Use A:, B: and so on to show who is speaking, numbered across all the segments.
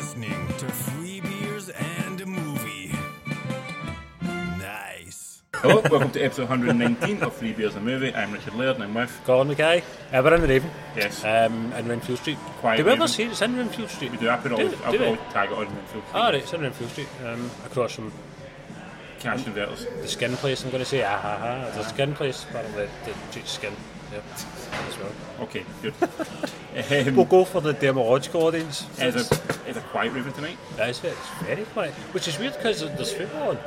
A: to free beers and a movie. Nice.
B: Hello, welcome to episode 119 of Free Beers and a Movie. I'm Richard Laird and I'm with,
C: Colin McKay, uh, we're in the Raven,
B: yes,
C: um, in Renfield Street.
B: Quiet
C: do we ever
B: Raven.
C: see it's in Renfield Street?
B: we do Aperol,
C: Do- do
B: Aperol
C: it.
B: tag on and feel free.
C: Ah, right, it's in Renfield Street, um, across from
B: Cash converters.
C: the skin place. I'm going to say, ah ha ha, the skin place, apparently they teach skin. Yeah, as well.
B: Okay, good. um,
C: We'll go for the demological audience.
B: it's, a, it's a quiet raven tonight.
C: That is it. It's very quiet, which is weird because there's football on.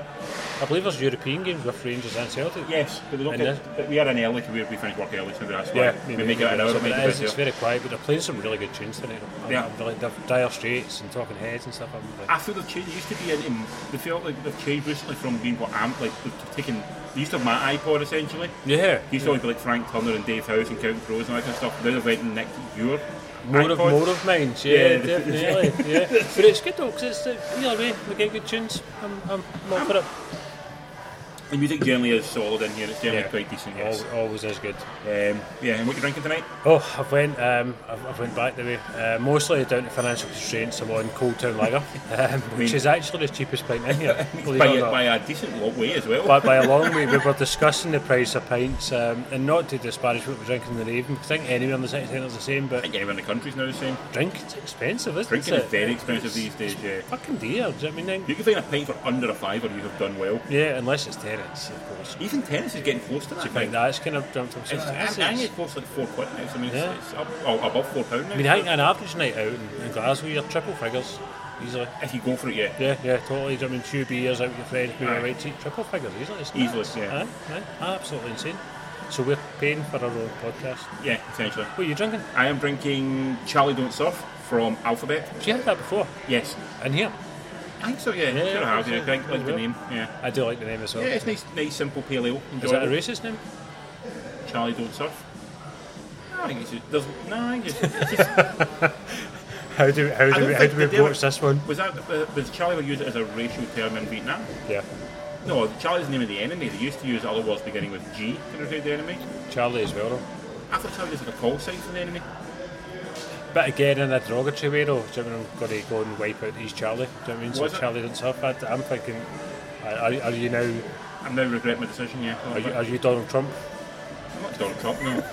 C: I believe there's European games with Rangers and Celtic.
B: Yes, but, they don't
C: And
B: get, but we are in early, 'cause we, we finish work early, so that's why
C: Yeah,
B: we make it an hour,
C: so,
B: make
C: but
B: it
C: it is, it's
B: busier.
C: very quiet, but they're playing some really good tunes tonight. I'm,
B: Yeah. Ah.
C: I'm really, they're Dire Straits and Talking Heads and stuff. I'm like,
B: I feel they've changed. It used to be an. Um, they felt like they've changed recently from being what amp like they've taken. They used to have my iPod essentially.
C: yeah,
B: They used to always be like Frank Turner and Dave House and Counting Crows and all that kind of stuff. Now they've went and nicked your
C: More of,
B: iPod.
C: more of mine, yeah,
B: Yeah.
C: definitely, yeah. But it's good though, because uh, either way, we get good tunes. I'm, I'm, I'm all for it.
B: The music generally is solid in here. It's generally quite decent. Yes.
C: Al- always is good.
B: Um, yeah. And what you drinking tonight?
C: Oh, I've went, um, I've, I've went back the way, uh, mostly down to financial constraints. I'm on Cold Town Lager, um, which is actually the cheapest pint in here. believe
B: By,
C: it or
B: a-
C: not.
B: by a decent lot way as well.
C: but by a long way, we were discussing the price of pints, um, and not to disparage what we're drinking in the Raven, because I think anywhere in the city centre is the same,
B: I
C: but
B: think anywhere in the country's now the same.
C: drinking's expensive, isn't
B: Drinking
C: it?
B: is very expensive these days. Yeah.
C: Fucking dear, do you know what I mean?
B: You can find a pint for under a fiver. You have done well.
C: Yeah, unless it's tenants, of course.
B: Even tennis is getting close to that. I
C: Like
B: think.
C: that's kind of jumped from
B: It's,
C: six to
B: I
C: six.
B: think it's close to like "Ah, four quid now. so I mean, it's-
C: Yeah.
B: it's up, oh, above four pound now.
C: I mean, I think an average night out in, in Glasgow, you're triple figures easily.
B: If you go for it, yeah.
C: Yeah, yeah, totally. Do you know what I mean two beers out with your friends, maybe
B: Aye.
C: a right to eat triple figures easily? It's
B: Easily,
C: nuts.
B: yeah.
C: Aye, aye, absolutely insane. So we're paying for our own podcast.
B: Yeah, essentially.
C: What are you drinking?
B: I am drinking Charlie Don't Surf from Alphabet.
C: Have you had that before?
B: Yes.
C: In here?
B: I think so, yeah.
C: Yeah,
B: sure
C: yeah,
B: I have, yeah. I
C: yeah,
B: think I like the
C: yeah.
B: name. Yeah.
C: I do like the name as well.
B: Yeah, it's nice, nice simple pale ale.
C: Is that a
B: Enjoyable.
C: racist name?
B: Charlie Don't Surf. No, I think it's just, there's, no, I think it's, it's just,
C: How do how
B: I
C: do
B: don't
C: we, how
B: think
C: do we
B: that they were-
C: approach this one?
B: was that uh, was Charlie were used as a racial term in Vietnam?
C: Yeah,
B: No, Charlie's the name of the enemy. They used to use other words beginning with G to refer to the enemy.
C: Charlie as well. though.
B: I thought Charlie was like a call sign for the enemy.
C: But again, in a derogatory way though, do you know what I mean? I'm going to go and wipe out these Charlie. Do you know what I mean? So
B: Was it?
C: Charlie doesn't surf. I, I'm thinking, are, are are you now
B: I now regret my decision, yeah.
C: Are you, are you Donald Trump?
B: I'm not Donald Trump, no.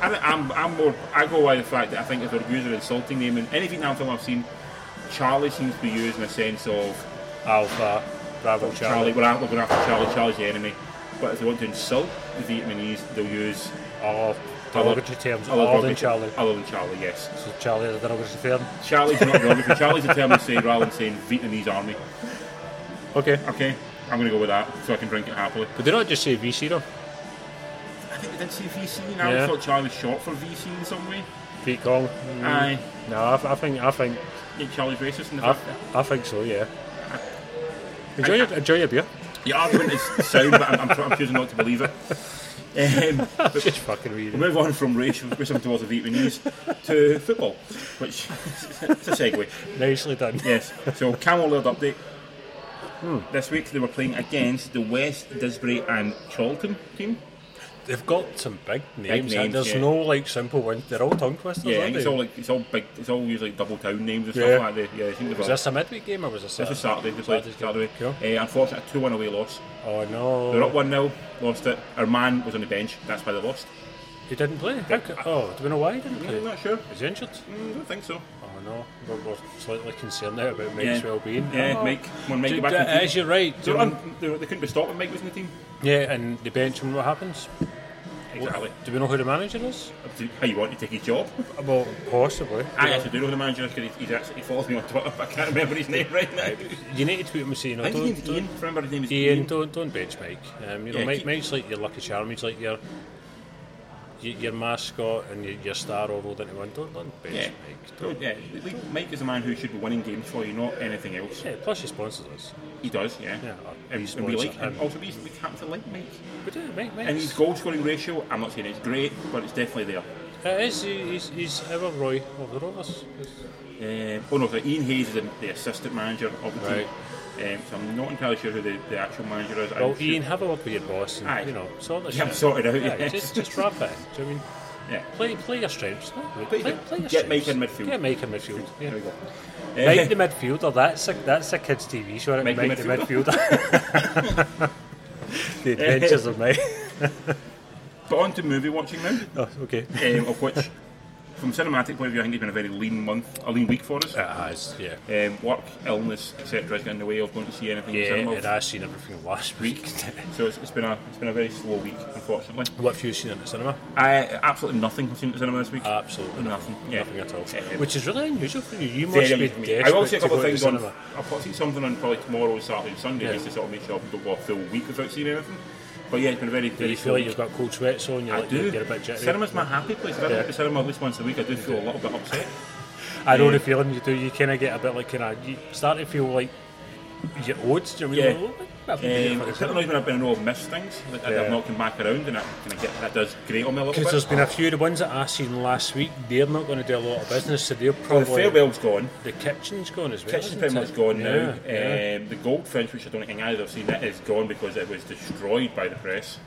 B: I, think I'm, I'm more, I go by the fact that I think if they're using an insulting name in any Vietnam film I've seen, Charlie seems to be used in a sense of
C: Alpha, Bravo,
B: Charlie,
C: Charlie.
B: we're after, we're after Charlie, Charlie's the enemy. But if they want to insult the Vietnamese, they'll use
C: Or derogatory terms,
B: other
C: other
B: derogatory-
C: than Charlie.
B: Other than Charlie, yes.
C: So Charlie is a derogatory term.
B: Charlie's not derogatory. Charlie's a term they say rather than saying Vietnamese army.
C: Okay.
B: Okay, I'm going to go with that so I can drink it happily.
C: But they not just say VC though.
B: I think they did say VC, and I
C: Yeah.
B: always thought Charlie was short for VC in some way.
C: Pete Kong.
B: Aye.
C: No, I, I think, I think,
B: Yeah, Charlie's racist in the
C: I,
B: film.
C: I think so. Yeah. Enjoy your, enjoy your beer.
B: Your argument is sound, but I'm, I'm, I'm choosing not to believe it. Um, but
C: Just fucking
B: we
C: read it.
B: move on from racial racism towards the Vietnamese to football, which it's a segue.
C: Nicely done.
B: Yes. So Camel Lord update. This week they were playing against the West Disbury and Charlton team.
C: They've got some big
B: names,
C: names. and there's
B: yeah.
C: no like simple ones. They're all tongue twisters,
B: Yeah, I
C: aren't
B: think
C: they?
B: it's all like it's all big. It's all usually like double town names and
C: Yeah.
B: stuff like that. Yeah, I think they've
C: was
B: all.
C: this a midweek game or was this
B: This
C: a
B: was Saturday. They played Saturday.
C: Saturday's game?
B: Uh, unfortunately, a two-one away loss.
C: Cool. Oh no.
B: They were up one 0 lost it. Our man was on the bench. That's why they lost.
C: He didn't play. How co- oh, do we know why he didn't play?
B: I'm not sure.
C: Was he injured?
B: Mm, I don't think so.
C: Oh no, we're, we're slightly concerned now about Mike's
B: Yeah.
C: well-being.
B: Yeah,
C: oh.
B: eh, Mike. Come on, Mike,
C: Do-
B: go back
C: do-
B: in the team.
C: As you're right.
B: They,
C: do-
B: were un- they, were- they couldn't be stopped when Mike was in the team.
C: yeah, and the bench and what happens?
B: Exactly.
C: Do we know who the manager is?
B: Up to How you want to take his job?
C: Well, possibly.
B: I actually do know the manager because he, he's actually, he follows me on Twitter, but I can't remember his name right now. I
C: You need to tweet him and say, you know,
B: think his name's
C: don't, don't,
B: Ian. Remember his name is
C: Ian,
B: Ian.
C: don't, don't bench Mike. Um, you know,
B: Yeah,
C: Mike,
B: keep-
C: Mike's like your lucky charm. He's like your your, your mascot and your, your star all rolled into one. Don't, don't bench
B: Yeah.
C: Mike.
B: Don't-
C: Don't.
B: Yeah, like, Mike is a man who should be winning games for you, not anything else.
C: Yeah, plus he sponsors us.
B: He does, yeah.
C: Yeah,
B: and,
C: he's
B: and we
C: sponsor
B: like him.
C: him.
B: Also, we, we have to like Mike.
C: We do, Mike, Mike's.
B: And his goal scoring ratio, I'm not saying it's great, but it's definitely there.
C: It is, he- he's, he's our Roy of the Rovers. It's-
B: Um, oh no, so Ian Hayes is the, the assistant manager of the
C: Right.
B: team. Um, so I'm not entirely sure who the, the actual manager is. I'm
C: Well,
B: sure-
C: Ian, have a look with your boss and,
B: Aye.
C: you know, sort this
B: Yeah,
C: out.
B: sort it out,
C: Aye,
B: yes.
C: Just, just wrap it in. Do you know what I mean?
B: Yeah.
C: Play, play your strengths. no?
B: Play-
C: Play, play, your
B: get Mike in
C: strengths.
B: midfield.
C: Get Mike in midfield. Yeah.
B: There we go. Uh,
C: Mike the midfielder. That's a that's a kids' TV show. isn't it?
B: Mike
C: Mike,
B: the
C: the midfielder. the adventures of Mike.
B: But on to movie watching now.
C: Oh, okay.
B: um, of which, from cinematic point of view, I think it's been a very lean month, a lean week for us.
C: It has, yeah.
B: Um, work, illness, etc. has got in the way of going to see anything
C: Yeah,
B: in the
C: and
B: cinema.
C: I've seen everything last
B: Week.
C: week.
B: So it's, it's been a it's been a very slow week, unfortunately.
C: what have you seen in the cinema?
B: I absolutely nothing I've seen at the cinema this week.
C: Absolutely
B: nothing. Yeah.
C: Nothing at all.
B: Um,
C: Which is really unusual for you. You must
B: very
C: be
B: unusual for me. I will see a couple
C: desperate to go
B: of
C: to the
B: things on.
C: cinema.
B: I'll probably see something on probably tomorrow, Saturday, and Sunday,
C: Yeah.
B: just to sort of make sure I don't go a full week without seeing anything. But yeah, it's been a very,
C: Do
B: very
C: you
B: slow
C: feel like
B: week.
C: you've got cold sweats on? You're
B: I
C: like,
B: do.
C: You get a bit jittery.
B: Cinema's my happy place. If I don't
C: Yeah.
B: go to cinema at least once a week, I do feel a little bit upset.
C: I know the feeling you do. You kind of get a bit like kind of you start to feel like you're owed. Do you know
B: Yeah.
C: what I mean?
B: Um, it's not annoys me when I've been in all missed things. Like,
C: Yeah.
B: I'm not come back around, and that, and I get, that does grate on me a little
C: Because
B: bit.
C: there's been a few of the ones that I seen last week. They're not going to do a lot of business, so they're
B: Well, the
C: probably
B: farewell's gone.
C: the kitchen's gone as well.
B: Kitchen's
C: isn't
B: pretty
C: it?
B: much gone now.
C: yeah, Yeah.
B: Um, the goldfinch, which I don't think either have seen, that is gone because it was destroyed by the press.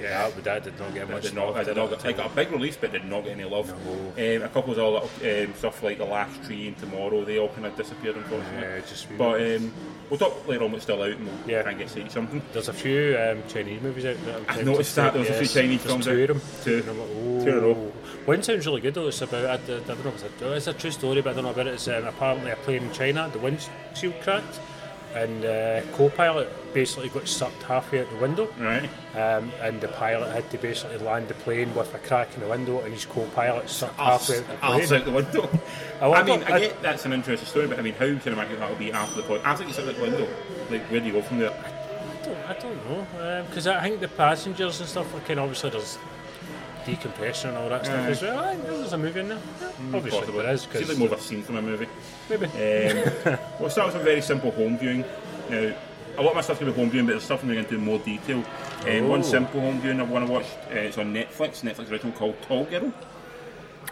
C: yeah, that, that did not get
B: I
C: much.
B: did not, I
C: love,
B: did
C: did
B: not
C: it?
B: get, I got a big release, but did not get any love. Um, a couple of other little, um, stuff like The Last Tree and Tomorrow, they all kind of disappeared, unfortunately.
C: Yeah, just really-
B: but um, we'll talk later on what's still out and we'll
C: Yeah.
B: try and get to see something.
C: There's a few um, Chinese movies out there.
B: I noticed that there was a few Chinese films
C: Two
B: out.
C: of them.
B: Two.
C: And I'm like,
B: Two in a row.
C: "Oh." One sounds really good though. It's about I, d- I don't know. if It's a, it's a true story, but I don't know about it. It's um, apparently a plane in China. The windshield cracked, and uh, co-pilot basically got sucked halfway out the window.
B: Right.
C: Um, and the pilot had to basically land the plane with a crack in the window, and his co-pilot sucked halfway out the
B: I'll
C: plane.
B: out the window.
C: I
B: I,
C: wonder-
B: mean, I,
C: I-
B: get that's an interesting story, but I mean, how cinematic that will be after the point. After it's out the window, like where do you go from there?
C: I don't, I don't know because I think the passengers and stuff were kind of obviously there's decompression and all that stuff
B: Aye.
C: as well. I think there's a movie in there. Yeah, obviously
B: Possibly.
C: there is
B: Seems like
C: because
B: more of a scene from a movie.
C: maybe
B: Um, we'll start with some very simple home viewing. Now, a lot of my stuff's going to be home viewing, but there's stuff I'm going to do in more detail. Um, one
C: Oh.
B: simple home viewing I want to watch, uh, it's on Netflix, Netflix original called Tall Girl.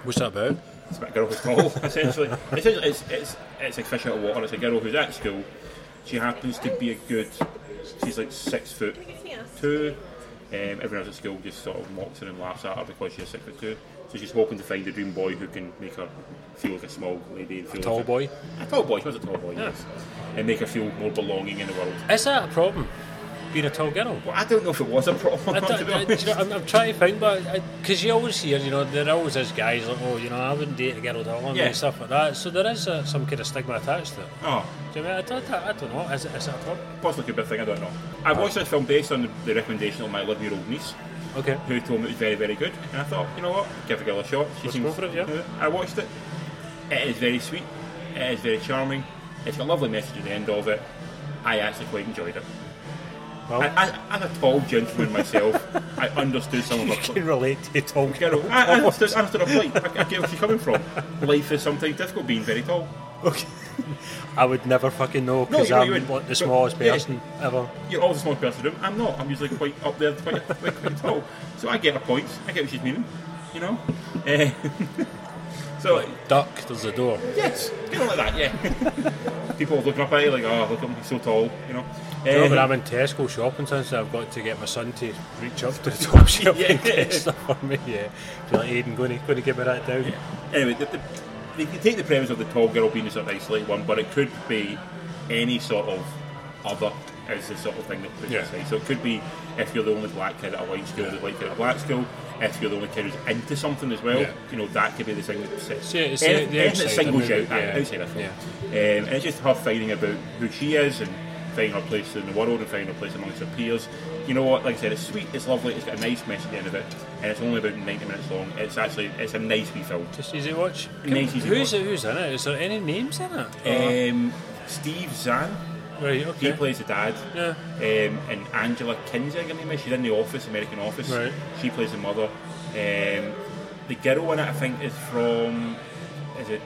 C: what's that about?
B: It's about a girl who's tall, essentially. essentially it's, it's, it's like fish out of water. It's a girl who's at school. She happens to be a good, she's like six foot two. Um, everyone else at school just sort of mocks her and laughs at her because she's six foot two. So she's hoping to find a dream boy who can make her feel like a small lady and feel
C: Tall
B: like a-
C: boy.
B: a tall boy, she was a tall boy, yes. And make her feel more belonging in the world.
C: Is that a problem? Being a tall girl.
B: Well, I don't know if it was a problem or
C: I
B: not,
C: don't-
B: to be
C: I- do
B: honest.
C: you know, I'm, I'm trying to think, but because you always hear, you know, there always is guys like, oh, you know, I wouldn't date a girl that long
B: Yeah.
C: and stuff like that. So there is uh, some kind of stigma attached to it.
B: Oh,
C: Do you know, what I, mean? I, don't, I don't know. Is it, is it a problem?
B: possibly could be a thing, I don't know. I watched this film based on the, the recommendation of my 11 year old niece,
C: Okay.
B: who told me it was very, very good. And I thought, you know what, give a girl a shot. She
C: Let's
B: seems,
C: go for it, yeah.
B: I watched it. It is very sweet, it is very charming, it's got a lovely message at the end of it. I actually quite enjoyed it.
C: Well,
B: I, I, as a tall gentleman myself, I understood some of
C: you
B: her.
C: can relate to tall
B: Girl,
C: girl.
B: I, I understood, I understood her plight. I, I get where she's coming from. Life is sometimes difficult being very tall.
C: Okay. I would never fucking know because
B: you- you
C: I'm
B: would,
C: like, the
B: but-
C: smallest
B: yeah.
C: person ever.
B: You're always the smallest person in the room. I'm not. I'm usually quite up there, quite, quite, quite tall. So I get her points. I get what she's meaning. You know. Eh, so
C: Duck, there's a door.
B: yes, get on like that. Yeah. People looking up at you like, oh, look at him, he's so tall. You know.
C: You know, when
B: Eh,
C: I'm in Tesco shopping since I've got to get my son to reach up to the top shelf
B: Yeah.
C: and get stuff for me. Yeah, be like Aiden, going to going to give me that down.
B: anyway, the, the, they can take the premise of the tall girl being a sort of isolated one, but it could be any sort of other is the sort of thing that puts
C: Yeah.
B: it aside. So it could be if you're the only black kid at a white school, the white kid at a black school. If you're the only kid who's into something as well,
C: Yeah.
B: you know that could be the thing that sets.
C: So yeah, it's the-
B: anything,
C: the
B: anything that
C: outsider
B: singles you out,
C: movie,
B: yeah.
C: yeah.
B: outside of it.
C: Yeah.
B: Um, and it's just her finding about who she is and finding her place in the world and finding her place amongst her peers. You know what? Like I said, it's sweet, it's lovely, it's got a nice message at the end of it, and it's only about 90 minutes long. It's actually it's a nice wee film.
C: Just easy watch.
B: Nice easy
C: who's
B: watch.
C: who's in it? Is there any names in it? Uh-huh.
B: Um, Steve Zahn,
C: Or- right.
B: he
C: Okay.
B: plays the dad.
C: Yeah.
B: Um, and Angela Kinsey, I think her name is. She's in the office, American Office.
C: Right.
B: She plays the mother. Um, the girl in it, I think, is from. Is it?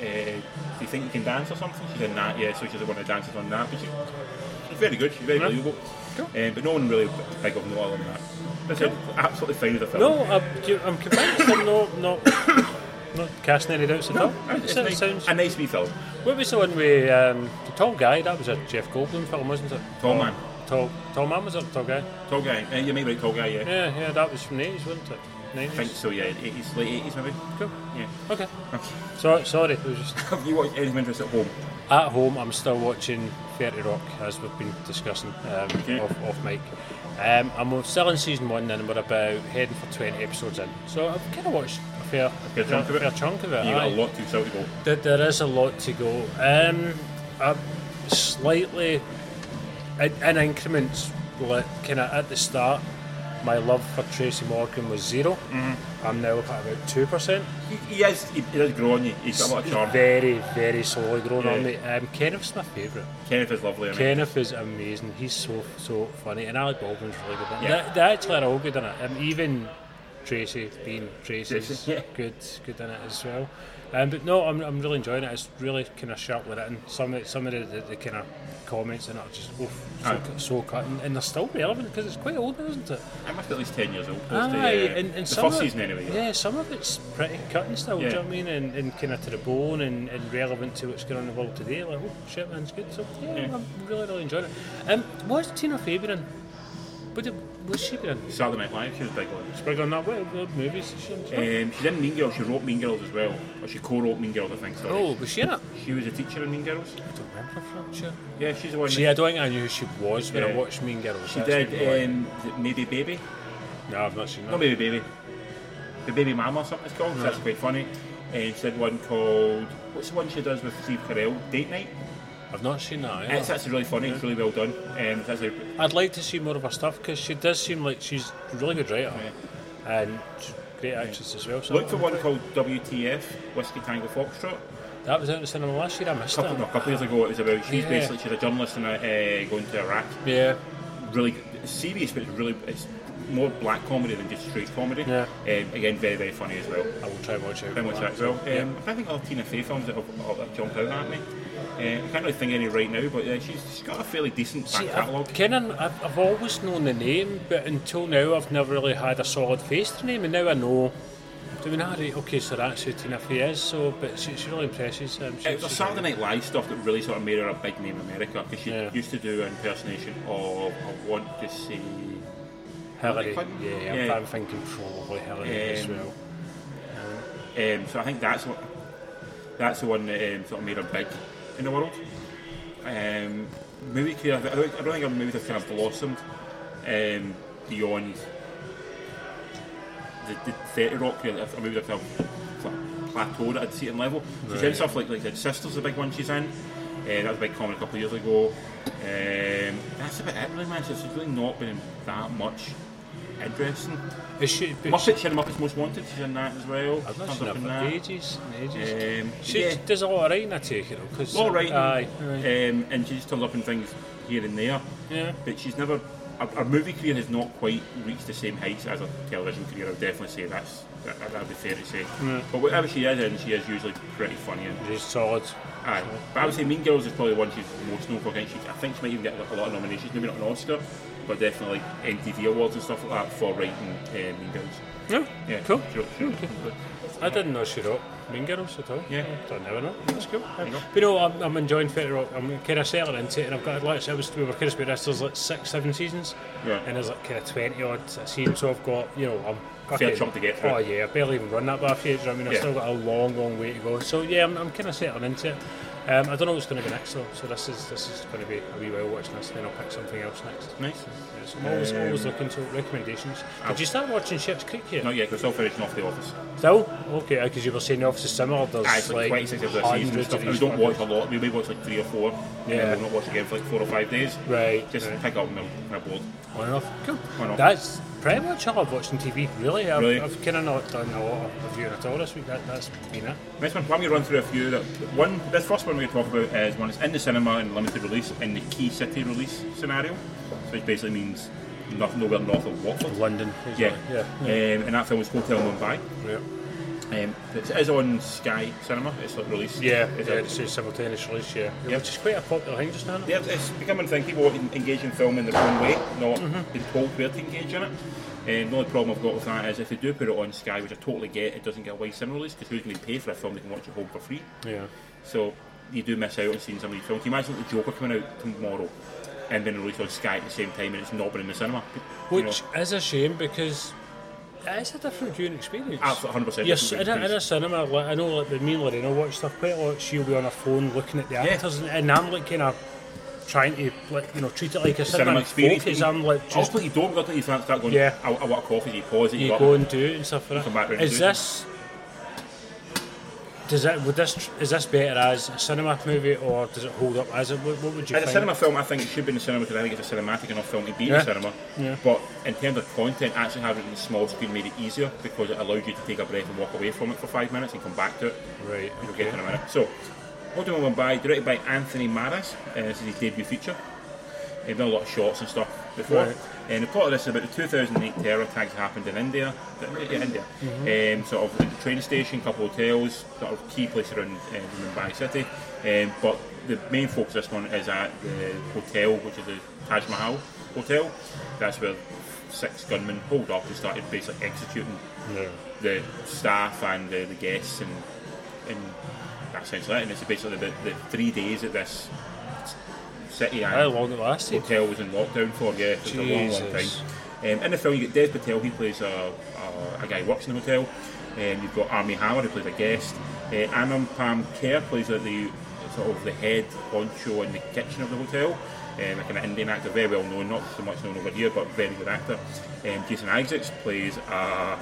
B: Uh, Do you think you can dance or something? She's in that, yeah. So she's one of the dancers on that. But she, she's very good. She's very
C: Right.
B: believable.
C: Cool.
B: Um, but no one really big of no other than that. That's it. absolutely fine with the film.
C: No, I'm, I'm convinced I'm not not not casting any doubts at all.
B: It's
C: So-
B: nice-
C: sounds-
B: a nice wee film.
C: What was the one with um, the tall guy? That was a Jeff Goldblum film, wasn't it?
B: Tall Man.
C: Tall, tall man was it? Tall guy.
B: Tall guy. Uh, you may be right, tall guy, yeah.
C: Yeah, yeah, that was from the eighties, wasn't it?
B: I think
C: 90s?
B: so, yeah, 80s, late 80s maybe.
C: Cool.
B: Yeah.
C: Okay. So, sorry, it was just
B: Have you watched Edmund Interest at home?
C: at home. I'm still watching 30 Rock as we've been discussing um,
B: Okay.
C: off, off mic. Um, I'm still in season one and we're about heading for 20 episodes in. So I've kind of watched a fair,
B: fair chunk of it.
C: fair chunk of it.
B: You've got
C: aye.
B: a lot to yourself to go.
C: There, there is a lot to go. Um, I'm slightly in, in increments, like kind of at the start, my love for Tracy Morgan was 0 I'm now up at about two percent.
B: He, he is, he, he does grow on you. He's got a lot of charm.
C: Very, very slowly growing on me.
B: Yeah.
C: Um, Kenneth's my favourite.
B: Kenneth is lovely, I mean.
C: Kenneth is amazing. He's so so funny, and Alec Baldwin's really good. in it.
B: Yeah.
C: They, they actually are all good in it. Um, even Tracy being Tracy's
B: Tracy, yeah.
C: good good in it as well. Um, but no, I'm, I'm really enjoying it. It's really kind of sharply written. Some of some of the, the, the kind of comments in it are just oof, so,
B: Aye.
C: cut- so cutting, and they're still relevant because it's quite old, now, isn't it?
B: I must be at least 10 years old. post the, uh,
C: Aye, and, and
B: the
C: some
B: first
C: of,
B: season, anyway.
C: Yeah, some of it's pretty cutting still. Do you
B: Yeah.
C: know what I mean? And, and kind of to the bone and, and relevant to what's going on in the world today. Like, oh shit, man's good. So yeah,
B: Yeah.
C: I'm really, really enjoying it. Um, what's Tina Fey been in? What did, what's she been in?
B: Saturday Night Live, she was big on it.
C: Big on that way, what movies is she in?
B: Um, she's in Mean Girls, she wrote Mean Girls as well. Or she co-wrote Mean Girls, I think, sorry.
C: Oh, was she in it?
B: She was a teacher in Mean Girls.
C: I don't remember from sure.
B: Yeah, she's the one
C: She, I don't think I knew who she was when I
B: Yeah.
C: watched Mean Girls.
B: she
C: That's maybe why.
B: did eh. um, was it Maybe Baby.
C: no, I've not seen
B: Not
C: that.
B: Maybe Baby. The Baby Mama or something it's called, so that's quite funny. And she did one called, what's the one she does with Steve Carell? Date Night?
C: I've not seen that. either.
B: It's actually really funny, it's really well done. Um, it's actually
C: I'd like to see more of her stuff because she does seem like she's a really good writer and she's a great actress as well. So
B: Look for one called WTF, Whiskey Tango Foxtrot.
C: That was out in the cinema last year. I missed
B: A couple, no, a
C: that.
B: couple of years ago, it was about she's
C: Yeah.
B: basically she's a journalist and uh, going to Iraq.
C: Yeah.
B: Really g- it's serious, but it's really it's more black comedy than just straight comedy.
C: Yeah.
B: Um, again, very very funny as well.
C: I will try and watch it.
B: Very much that as well. Um,
C: Yeah.
B: I think all Tina Fey films that have, all that jumped out at me. Uh, I can't really think of any right now, but uh, she's, she's got a fairly decent back
C: See, I've,
B: catalogue.
C: Kenan, I've, I've always known the name, but until now I've never really had a solid face to the name, and now I know. I mean, ah, right, okay, so that's who Tina Fey is, so, but she, she really impresses. Um, she,
B: It was her
C: she's
B: Saturday
C: really-
B: Night Live stuff that really sort of made her a big name in America because she
C: Yeah.
B: used to do an impersonation of I want to say
C: Hillary.
B: Clinton?
C: Yeah, I'm,
B: Yeah.
C: I'm thinking probably Hillary as
B: Um,
C: well.
B: Um, so I think that's what that's the one that um, sort of made her big in the world. Um, movie career, I don't, I don't think her movies have kind of blossomed um, beyond the, the 30 Rock career. Her movies have kind of sort of plateaued at a certain level. She's in
C: Right.
B: stuff like, like the Sisters, the big one she's in. Uh, that was a big comedy a couple of years ago. Um, that's about it, really, man. She's really not been in that much interesting.
C: Is she, but she,
B: Muppets, she's in Muppets Most Wanted, she's in that as well.
C: I've not
B: Comes
C: seen her
B: up in
C: for
B: that.
C: ages and ages.
B: Um,
C: she
B: yeah,
C: does a lot of writing, I take it, though. 'cause-
B: all right.
C: Aye. aye.
B: Um, and she just turns up in things here and there.
C: Yeah.
B: But she's never. Her, her movie career has not quite reached the same heights as her television career. I would definitely say that's that, that would be fair to say. But whatever she is in, she is usually pretty funny. And,
C: She's solid.
B: aye. But I would say Mean Girls is probably one she's most known for. I think, she, I think she might even get a lot of nominations, maybe not an Oscar, but definitely like MTV awards and stuff like that for writing uh, Mean Girls.
C: Yeah,
B: Yeah,
C: cool.
B: Sure, sure.
C: I didn't know she wrote Mean Girls at all.
B: Yeah.
C: I never know. That's cool.
B: you go.
C: But you know, I'm, I'm enjoying Fairy Rock. I'm kind of settling into it, and I've got lots. I was we were kind of speaking. this, There's like six, seven seasons,
B: Yeah.
C: and there's like kind of twenty odd seasons. So I've got you know, I'm
B: Fair
C: fucking-
B: chunk to get through.
C: Oh yeah, I barely even run that bath yet. do you know what I mean, I've
B: Yeah.
C: still got a long, long way to go. So yeah, I'm, I'm kind of settling into it. Um, I don't know what's going to be next though. So this is this is going to be a wee while watching this, and then I'll pick something else next.
B: Nice.
C: Yes, I'm always, always looking to recommendations. Did you start watching Shit's Creek yet?
B: Not yet, 'cause we're still finishing off the office.
C: Still? Okay, uh, because you were saying the office is similar. There's
B: Ah, it's like,
C: like
B: 26 episodes a season and
C: hundreds
B: stuff.
C: of
B: and We
C: these
B: don't
C: fuckers.
B: watch a lot. We may watch like three or four.
C: Yeah.
B: Yeah. We'll not watch again for like four or five days.
C: Right,
B: Just
C: right.
B: pick up and we're bored.
C: One off. Cool.
B: One off.
C: That's pretty much all I've watched on TV, really. I've,
B: Really?
C: I've kind of not done a lot of reviewing at all this week. That, that's been it.
B: Next one, I'm going to run through a few. That one, this first one we're going to talk about is one that's in the cinema and limited release in the key city release scenario, which basically means nothing nowhere north of Watford.
C: London. is
B: Yeah,
C: it? Yeah. yeah.
B: Um, and that film was Hotel Mumbai.
C: yeah.
B: Um, it is on Sky Cinema. It's like released.
C: Yeah,
B: It's
C: yeah,
B: a-
C: it's a simultaneous release, yeah.
B: Yep.
C: Which is quite a popular thing just now. isn't it?
B: Yeah, it's becoming a thing. People want to engage in film in their own way, not
C: Mhm.
B: being told where to engage in it. And the only problem I've got with that is if they do put it on Sky, which I totally get, it doesn't get a wide cinema release because who's going to pay for a film they can watch at home for free?
C: Yeah.
B: So you do miss out on seeing some of these films. Can you imagine the Joker coming out tomorrow and being released on Sky at the same time and it's not been in the cinema? You know,
C: Which is a shame because it's a different viewing experience.
B: Absolutely, 100%.
C: Yes, in
B: different
C: a, in a
B: experience.
C: cinema, like, I know like with me and Lorena watch stuff quite a lot. She'll be on her phone looking at the actors, and, and I'm like kind of trying to like you know treat it like a cinema,
B: Cinema experience. eh?
C: Focus. I'm like just
B: Hopefully you don't go to you start going,
C: Yeah.
B: I, I want a coffee, you pause it, you,
C: you
B: go,
C: go and do it and stuff like
B: Come back
C: that.
B: round
C: Is
B: and do it.
C: this does it would this tr- is this better as a cinema movie or does it hold up as it? What, what would you
B: As a
C: think?
B: cinema film, I think it should be in the cinema because I think it's a cinematic enough film to be
C: Yeah.
B: in the cinema.
C: Yeah.
B: But in terms of content, actually having it on the small screen made it easier because it allowed you to take a breath and walk away from it for five minutes and come back to it.
C: Right.
B: You'll
C: Okay.
B: get to in a minute. So, Old Man by directed by Anthony Maris. Uh, this is his debut feature. He's done a lot of shots and stuff before.
C: Right.
B: And the plot of this is about the 2008 terror attacks that happened in India. Yeah, India. Um, sort of like the train station, couple hotels, sort of key place around uh, Mumbai city. Um, but the main focus of this one is at the hotel, which is the Taj Mahal Hotel. That's where six gunmen pulled up and started basically executing
C: Yeah.
B: the staff and the, the guests and and that's essentially it. And it's basically the, the three days that this city and
C: How long it lasted?
B: hotel was in lockdown for. Yeah, it was a long, long time.
C: Jesus.
B: Um, in the film, you get Des Patel. He plays a, a, a guy who works in the hotel. Um, you've got Army Hammer, who plays a guest. Uh, Anam Pam Kerr plays uh, the sort of the head honcho in the kitchen of the hotel. Um, like an Indian actor, very well known, not so much known over here, but very good actor. Um, Jason Isaacs plays a,